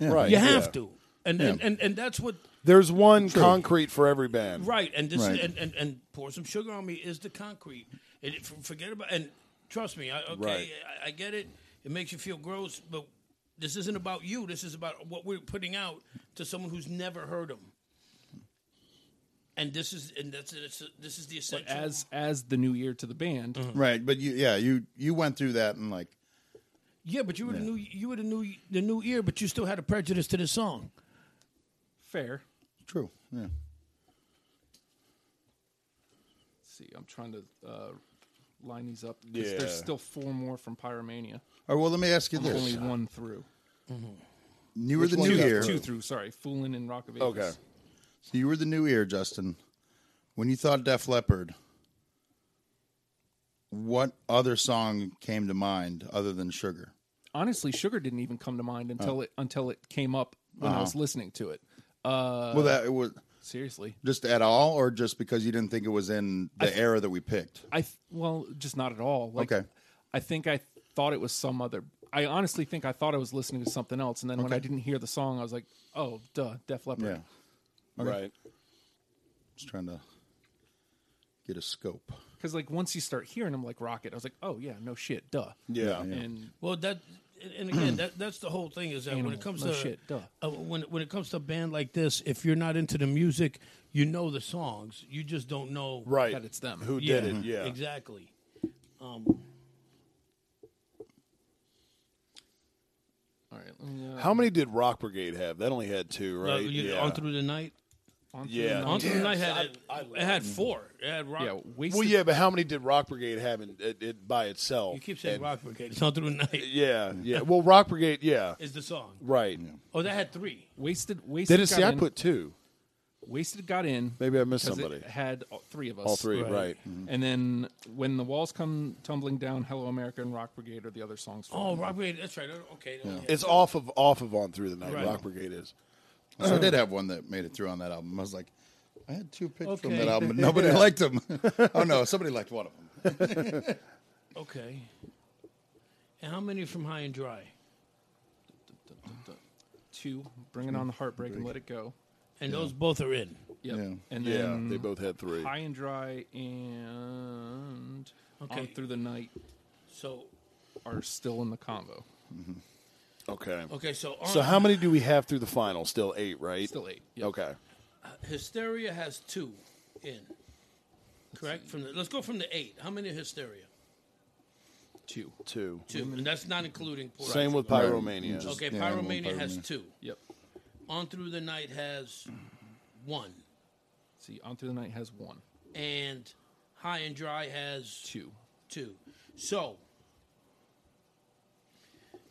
right. You have yeah. to, and, and, and and that's what There's one concrete for every band. right. And this Right. and, and and pour some sugar on me is the concrete. And if- forget about and trust me. I, okay, Right. I, I get it. It makes you feel gross, but this isn't about you. This is about what we're putting out to someone who's never heard them. And this is and that's it's, this is the essential. as as the new year to the band. Mm-hmm. Right, but you yeah, you you went through that and like Yeah, but you were the new you were the new the new ear, but you still had a prejudice to this song. Fair. true. Yeah. Let's see, I'm trying to uh, line these up. 'cause Yeah. There's still four more from Pyromania. All right, well, let me ask you I'm only this. one through. You were the one new got ear. Two through. Sorry, Foolin' and Rock of Ages. Okay. So you were the new ear, Justin. When you thought Def Leppard, what other song came to mind other than Sugar? Honestly, Sugar didn't even come to mind Oh. until it until it came up when I was Uh-huh. listening to it. Uh, well, that it was seriously, just at all, or just because you didn't think it was in the era that we picked. I th- well, just not at all. Like, Okay. I think I thought it was some other. I honestly think I thought I was listening to something else, and then when I didn't hear the song, I was like, "Oh, duh, Def Leppard." Yeah, Right. just trying to get a scope. Because like once you start hearing them like Rocket, I was like, "Oh yeah, no shit, duh." Yeah. And Well, that and again, that that's the whole thing is that when Animal, it comes no to shit, duh. uh, when when it comes to a band like this, if you're not into the music, you know the songs, you just don't know right that it's them. who Yeah, Mm-hmm. did it yeah exactly. all right, let me, uh, how many did rock brigade have that only had two right Uh, you- yeah. On through the night. On Through the Yeah. Night. On Through the Damn, Night I- had it, I it had four. It had rock. yeah, wasted. Well, yeah, but how many did Rock Brigade have in, it, it by itself? You keep saying And- Rock Brigade. It's on through the night. Yeah, yeah. Well, Rock Brigade, yeah, Is the song? right. Oh, that had three. wasted. They Wasted. Didn't got see. I in. put two. wasted. Got in. Maybe I missed 'cause somebody. It had all three of us. All three, right? Right. Mm-hmm. And then when the walls come tumbling down, Hello America and Rock Brigade are the other songs. For Oh, it. Rock Brigade. That's right. Okay. Yeah. It's off of off of on through the night. Right. Rock Brigade is. So I did have one that made it through on that album. I was like, I had two picks from Okay. that album, and nobody liked them. oh no, somebody liked one of them. Okay. And how many from High and Dry? two, bringing on the heartbreak and let it go. And those both are in. Yep. Yeah. And Yeah, then they both had three. Mm. high and dry and Okay. on through the night So are still in the combo. Okay. okay. So on, So how many do we have through the final? Still eight, right? Still eight. Yep. Okay. Hysteria has two in. Correct. From the, let's go from the eight. How many Hysteria? Two. Two. Two. And that's not including. Poison. Same with Pyromania. Okay. Yeah, one Pyromania has Pyromania. two. Yep. On Through the Night has one, See, on through the night has one, and High and Dry has two. two. So,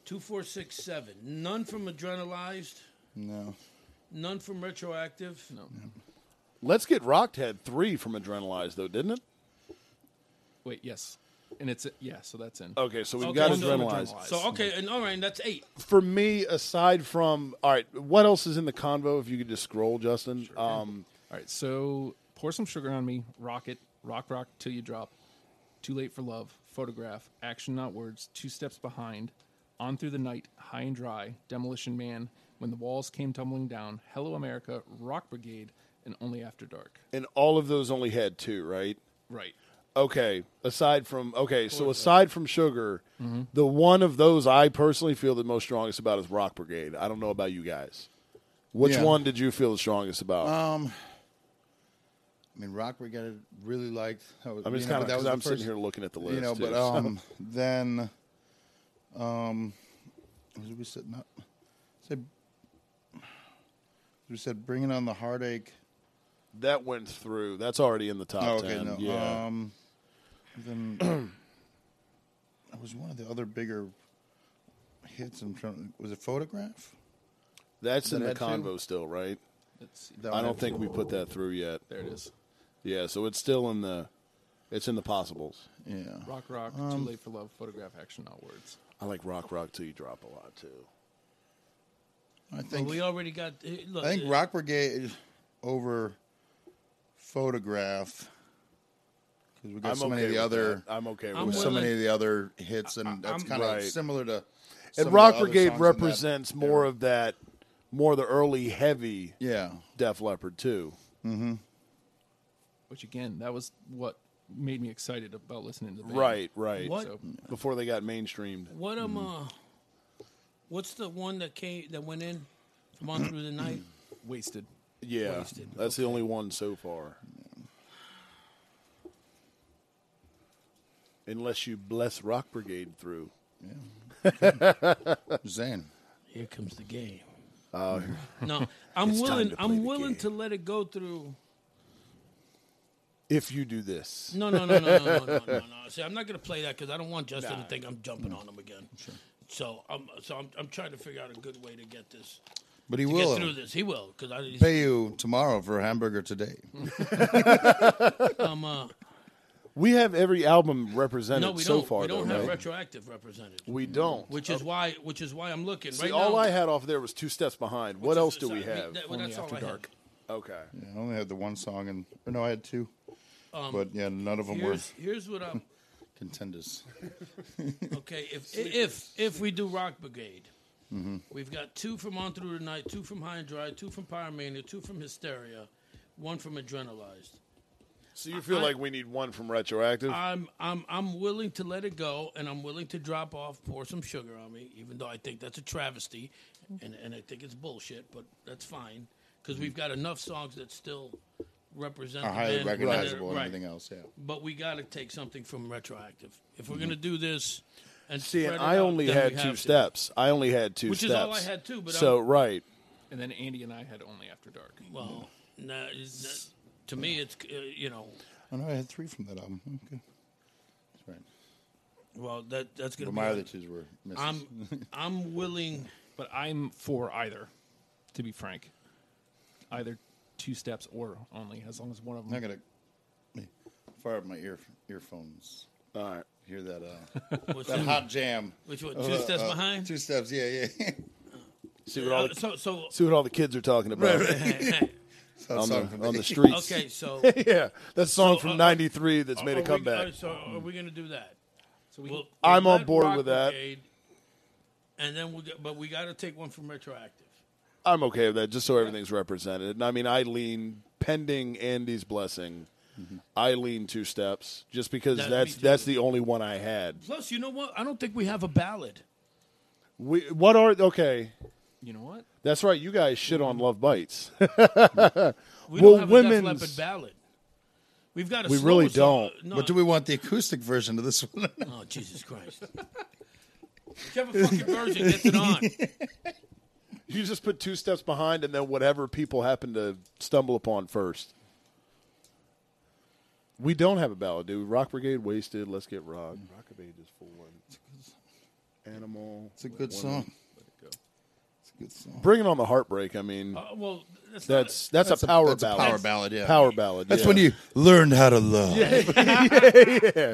two, four, six, seven. None from Adrenalized, No, none from Retroactive. No. Let's get rocked. Had three from Adrenalize though, didn't it? Wait, yes. And it's yeah, so that's in. Okay, so we've Okay, got so- Adrenalize. So, okay, and all right, and that's eight. For me, aside from all right, what else is in the convo? If you could just scroll, Justin. Um, All right, so pour some sugar on me, rocket, rock, rock till you drop. Too late for love, photograph, action not words, two steps behind, on through the night, high and dry, demolition man, when the walls came tumbling down, hello America, rock brigade, and only after dark. and all of those only had two, right? Right. Okay. Aside from okay, so aside from sugar, Mm-hmm. the one of those I personally feel the most strongest about is Rock Brigade. I don't know about you guys. Which Yeah. Um, one did you feel the strongest about? I mean Rock Brigade really liked. That was, I'm just you know, kind that of was the I'm first- sitting here looking at the list. you know. too, But so- um, then, um, was we sitting up? Said we said bringing on the heartache. that went through. That's already in the top Oh, okay, ten. no. Yeah. Um, then that was one of the other bigger hits. I'm trying. Was it photograph? That's in that the had two? convo still, right? Let's see. That I one don't had think two. we put that through yet. There it is. Yeah, so it's still in the it's in the possibles. Yeah. Rock, rock, too late for love, photograph, action not words. I like rock rock till you drop a lot too. I But think we already got. uh, Look, I think uh, Rock Brigade over Photograph because we got so many of okay the with other that. I'm okay with I'm that. with so willing- many of the other hits, and that's I'm- kind of Right. similar to. some of And the Rock other Brigade songs in that- represents more of that, more of the early heavy Yeah, Def Leppard too. Which again, that was what made me excited about listening to the band. Right, right. What? So- Before they got mainstreamed, What um, uh, what's the one that came that went in from on through the night? Wasted. yeah, Wasted, that's the only one so far. Unless you bless Rock Brigade through. Zane. Here comes the game. no, I'm Oh, It's time willing. to play I'm the willing game. to let it go through. If you do this, No, no, no, no, no, no, no, no, no. See, I'm not gonna play that because I don't want Justin to think I'm jumping on him again. So I'm, so I'm, I'm trying to figure out a good way to get this, But he to will get through this. He will, because I he's- pay you tomorrow for a hamburger today. um, uh, we have every album represented no, we so don't. far. we don't though, have right? retroactive represented, we don't. which is why, which is why I'm looking See, right all now. I had off there was two steps behind. What else do we Sorry, have? that- well, Only that's all After I had. Dark. Okay. Yeah, I only had the one song, and or no, I had two, but yeah, none of them Um, were Here's, here's what I'm. contenders. Okay, if if if we do Rock Brigade, Mm-hmm. we've got two from On Through the Night, two from High and Dry, two from Pyromania, two from Hysteria, one from Adrenalized. So you feel I- like we need one from retroactive? I'm I'm I'm willing to let it go, and I'm willing to drop off, pour some sugar on me, even though I think that's a travesty, and and I think it's bullshit, but that's fine because we've got enough songs that still represent Are the highly band, whether- recognizable and right. everything else. Yeah. But we got to take something from retroactive if we're gonna do this. And See, spread and it I out, only then we had two have to. steps. I only had two Which steps. is all I had too, but so I'm- right, And then Andy and I had only after dark. Well, and uh, it's- to me, it's uh, you know, I know I had three from that album. Okay. That's right. well that that's gonna But my be. other two were misses. I'm I'm willing. But I'm for either, to be frank. Either two steps or only, as long as one of I them. gotta me fire up my ear earphones. All right. Hear that uh What's that that? hot jam. Which one? Uh, Two steps uh, behind. Two steps, yeah, yeah. See what all Uh, the so so. see what all the kids are talking about on That's all the for on me. the streets. Okay, so yeah, that song from uh, '93 that's made Are a we- comeback. uh, so are we gonna do that? So we, Well, I'm we'll on let board Rock with that. Brigade, and then we got, but we got to take one from retroactive. I'm okay with that, just so everything's represented. And I mean, I lean pending Andy's blessing. I lean two steps, just because That- that's me too. that's the only one I had. Plus, you know what? I don't think we have a ballad. We what are okay? you know what? That's right. You guys shit on Love Bites. We Well, don't have women's... a Def women's- Leppard ballad. We've got a We slower really song. don't. No, But do we want the acoustic version of this one? Oh Jesus Christ! Whichever fucking version gets it on. you just put two steps behind, and then whatever people happen to stumble upon first. We don't have a ballad, dude. Rock Brigade wasted. Let's get rock. Mm-hmm. Rock Brigade is full one. Animal. it's a good One- song. It's a good song. Bring it on the heartbreak. I mean, Uh, well, that's, That's that's, That's a power that's ballad. A power ballad, yeah. Power ballad. That's yeah. when you learned how to love. not,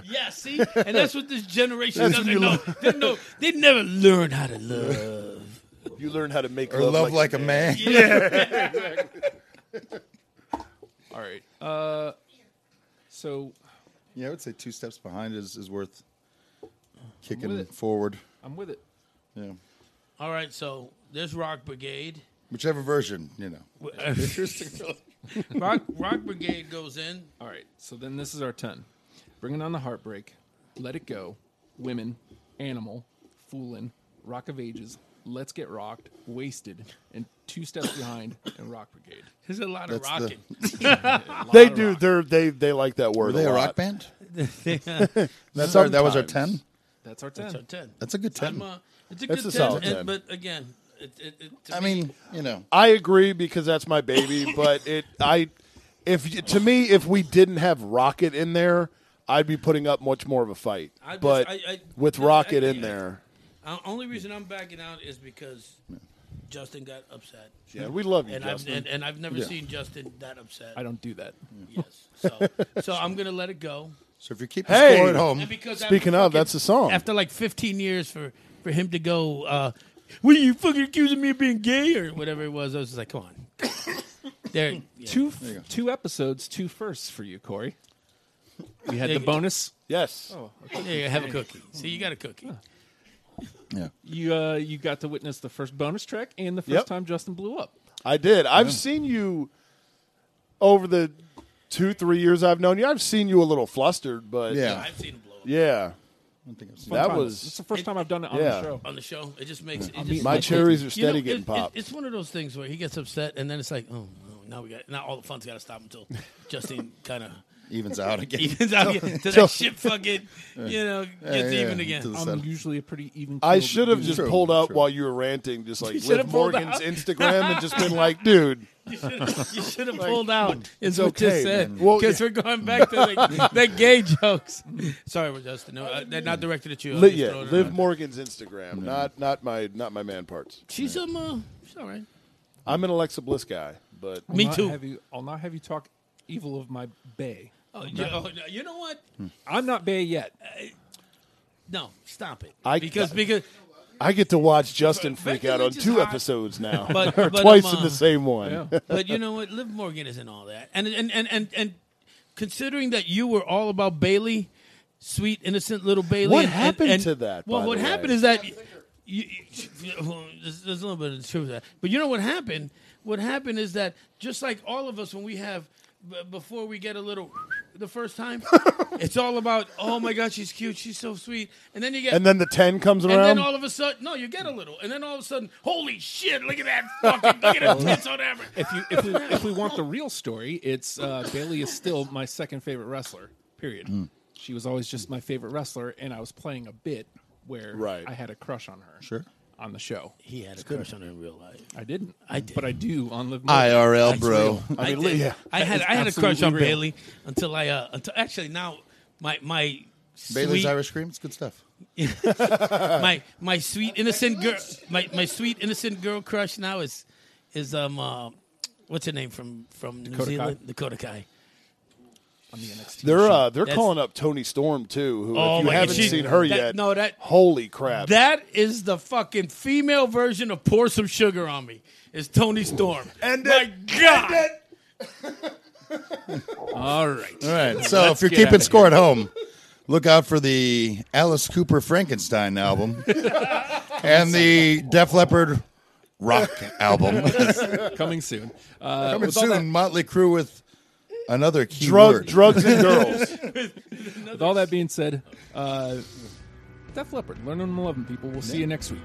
yeah. See, and that's what this generation That's doesn't when you know. They don't know. They never learn how to love. you learn how to make Or love, love, like, a man. All right. Uh, so Yeah, I would say two steps behind is, is worth with kicking it. forward. I'm with it. Yeah. All right, so there's Rock Brigade. Whichever version, you know. Rock Rock Brigade goes in. All right. So then this is our 10. Bringing on the heartbreak, let it go, women, animal, foolin', rock of ages, let's get rocked, wasted, and two steps behind, and rock brigade. There's a lot of That's the- rocking. A lot They of do. rock. They're they they like that word. Were they a lot. rock band? That's our, that was our ten. Sometimes. That's our 10. It's a ten. That's a good I'm, ten. uh, it's a That's good a ten, solid and- 10. but again, it, it, it, to I me, mean, you know, I agree because that's my baby. but it I if y- to me if we didn't have Rocket in there, I'd be putting up much more of a fight. I just- but I- I- with no, I Rocket in can't. there, uh, only reason I'm backing out is because Justin got upset, yeah, we love you, and I've Justin. and, and I've never seen Justin that upset. I don't do that. Yes, so so I'm gonna let it go. so if you keep Hey! the score at home, And because Speaking after of, fucking- that's a song. After like 15 years for for him to go, uh, what are you fucking accusing me of being gay or whatever it was? I was just like, come on. there, yeah. Two two episodes, two firsts for you, Corey. We had the bonus. yes, Oh. There you go, have a cookie. See, you got a cookie. yeah. You uh, you got to witness the first bonus track and the first Yep. time Justin blew up. I did. I've seen you over the two three years I've known you. I've seen you a little flustered, but Yeah. I've seen him blow up yeah. I don't think I've seen That Fun. was- This is the first time I've done it on yeah. the show. on the show. It just makes it just My makes it- cherries are you know, steady getting it- it- popped. it's one of those things where he gets upset and then it's like, oh, no, now we got now all the fun's got to stop until Justin kind of evens out again. evens out to that shit fucking you know gets yeah, even to again. the- I'm Settle. usually a pretty even. I keeled should have dude. just True, pulled up true. while you were ranting, just like should Liv have pulled Morgan's out. Instagram, and just been like, "Dude, You should have- you should have pulled out. Is what okay, just said man. Well, because we're going back to the, the gay jokes. Sorry, we're Justin. No, uh, they're not directed at you. I'm Mm. Li- just yeah, throwing it Liv out. Morgan's Instagram, not not my not my man parts. She's um, uh, she's all right. I'm an Alexa Bliss guy, but I'll Me not too. have you- I'll not have you talk evil of my bay. Oh, you, oh, no, you know what? Hmm. I'm not bay yet. No, stop it. I- because because I get to watch Justin freak Becky out on Lynch is two hot. episodes now, But- or but, twice um, in the same one. Yeah. but you know what? Liv Morgan isn't all that. And and and and, and considering that you were all about Bailey, sweet innocent little Bailey. What and- and- happened and- to that, Well, by what the way? happened is that you, you, you- well, there's, there's a little bit of truth to that. But you know what happened? What happened is that just like all of us when we have b- before we get a little the first time, it's all about oh my god, she's cute, she's so sweet, and then you get And then the ten comes and around. then all of a sudden, no, you get a little, and then all of a sudden, holy shit! Look at that fucking, look at the tits on Amber. If you if we if we want the real story, it's uh, Bailey is still my second favorite wrestler. Period. She was always just my favorite wrestler, and I was playing a bit where Right. I had a crush on her. Sure. on the show. He had a crush on her in real life. I didn't. I did. But I do on Live. More. IRL, bro. I, did. I had I had a absolutely crush on real. Bailey until I uh, until actually now my my Bailey's sweet, Irish cream. It's good stuff. my my sweet innocent girl my, my sweet innocent girl crush now is is um uh, what's her name from from Dakota Kai. New Zealand Dakota Kai. on the NXT. They're uh, they're That's- calling up Tony Storm too. Who Oh if you my- haven't she- seen her that- yet? no, that- holy crap. That is the fucking female version of pour some sugar on me. It's Tony Storm. And my it- God, All right. All right. So if you're get outta keeping score at home, look out for the Alice Cooper Frankenstein album and the Def Leppard rock album. Coming soon. Uh, Coming with all soon, that- Motley Crue with another key drug word. drugs and girls. With all that being said, uh, Def Leppard, learn and love 'em, people. We'll see you next week.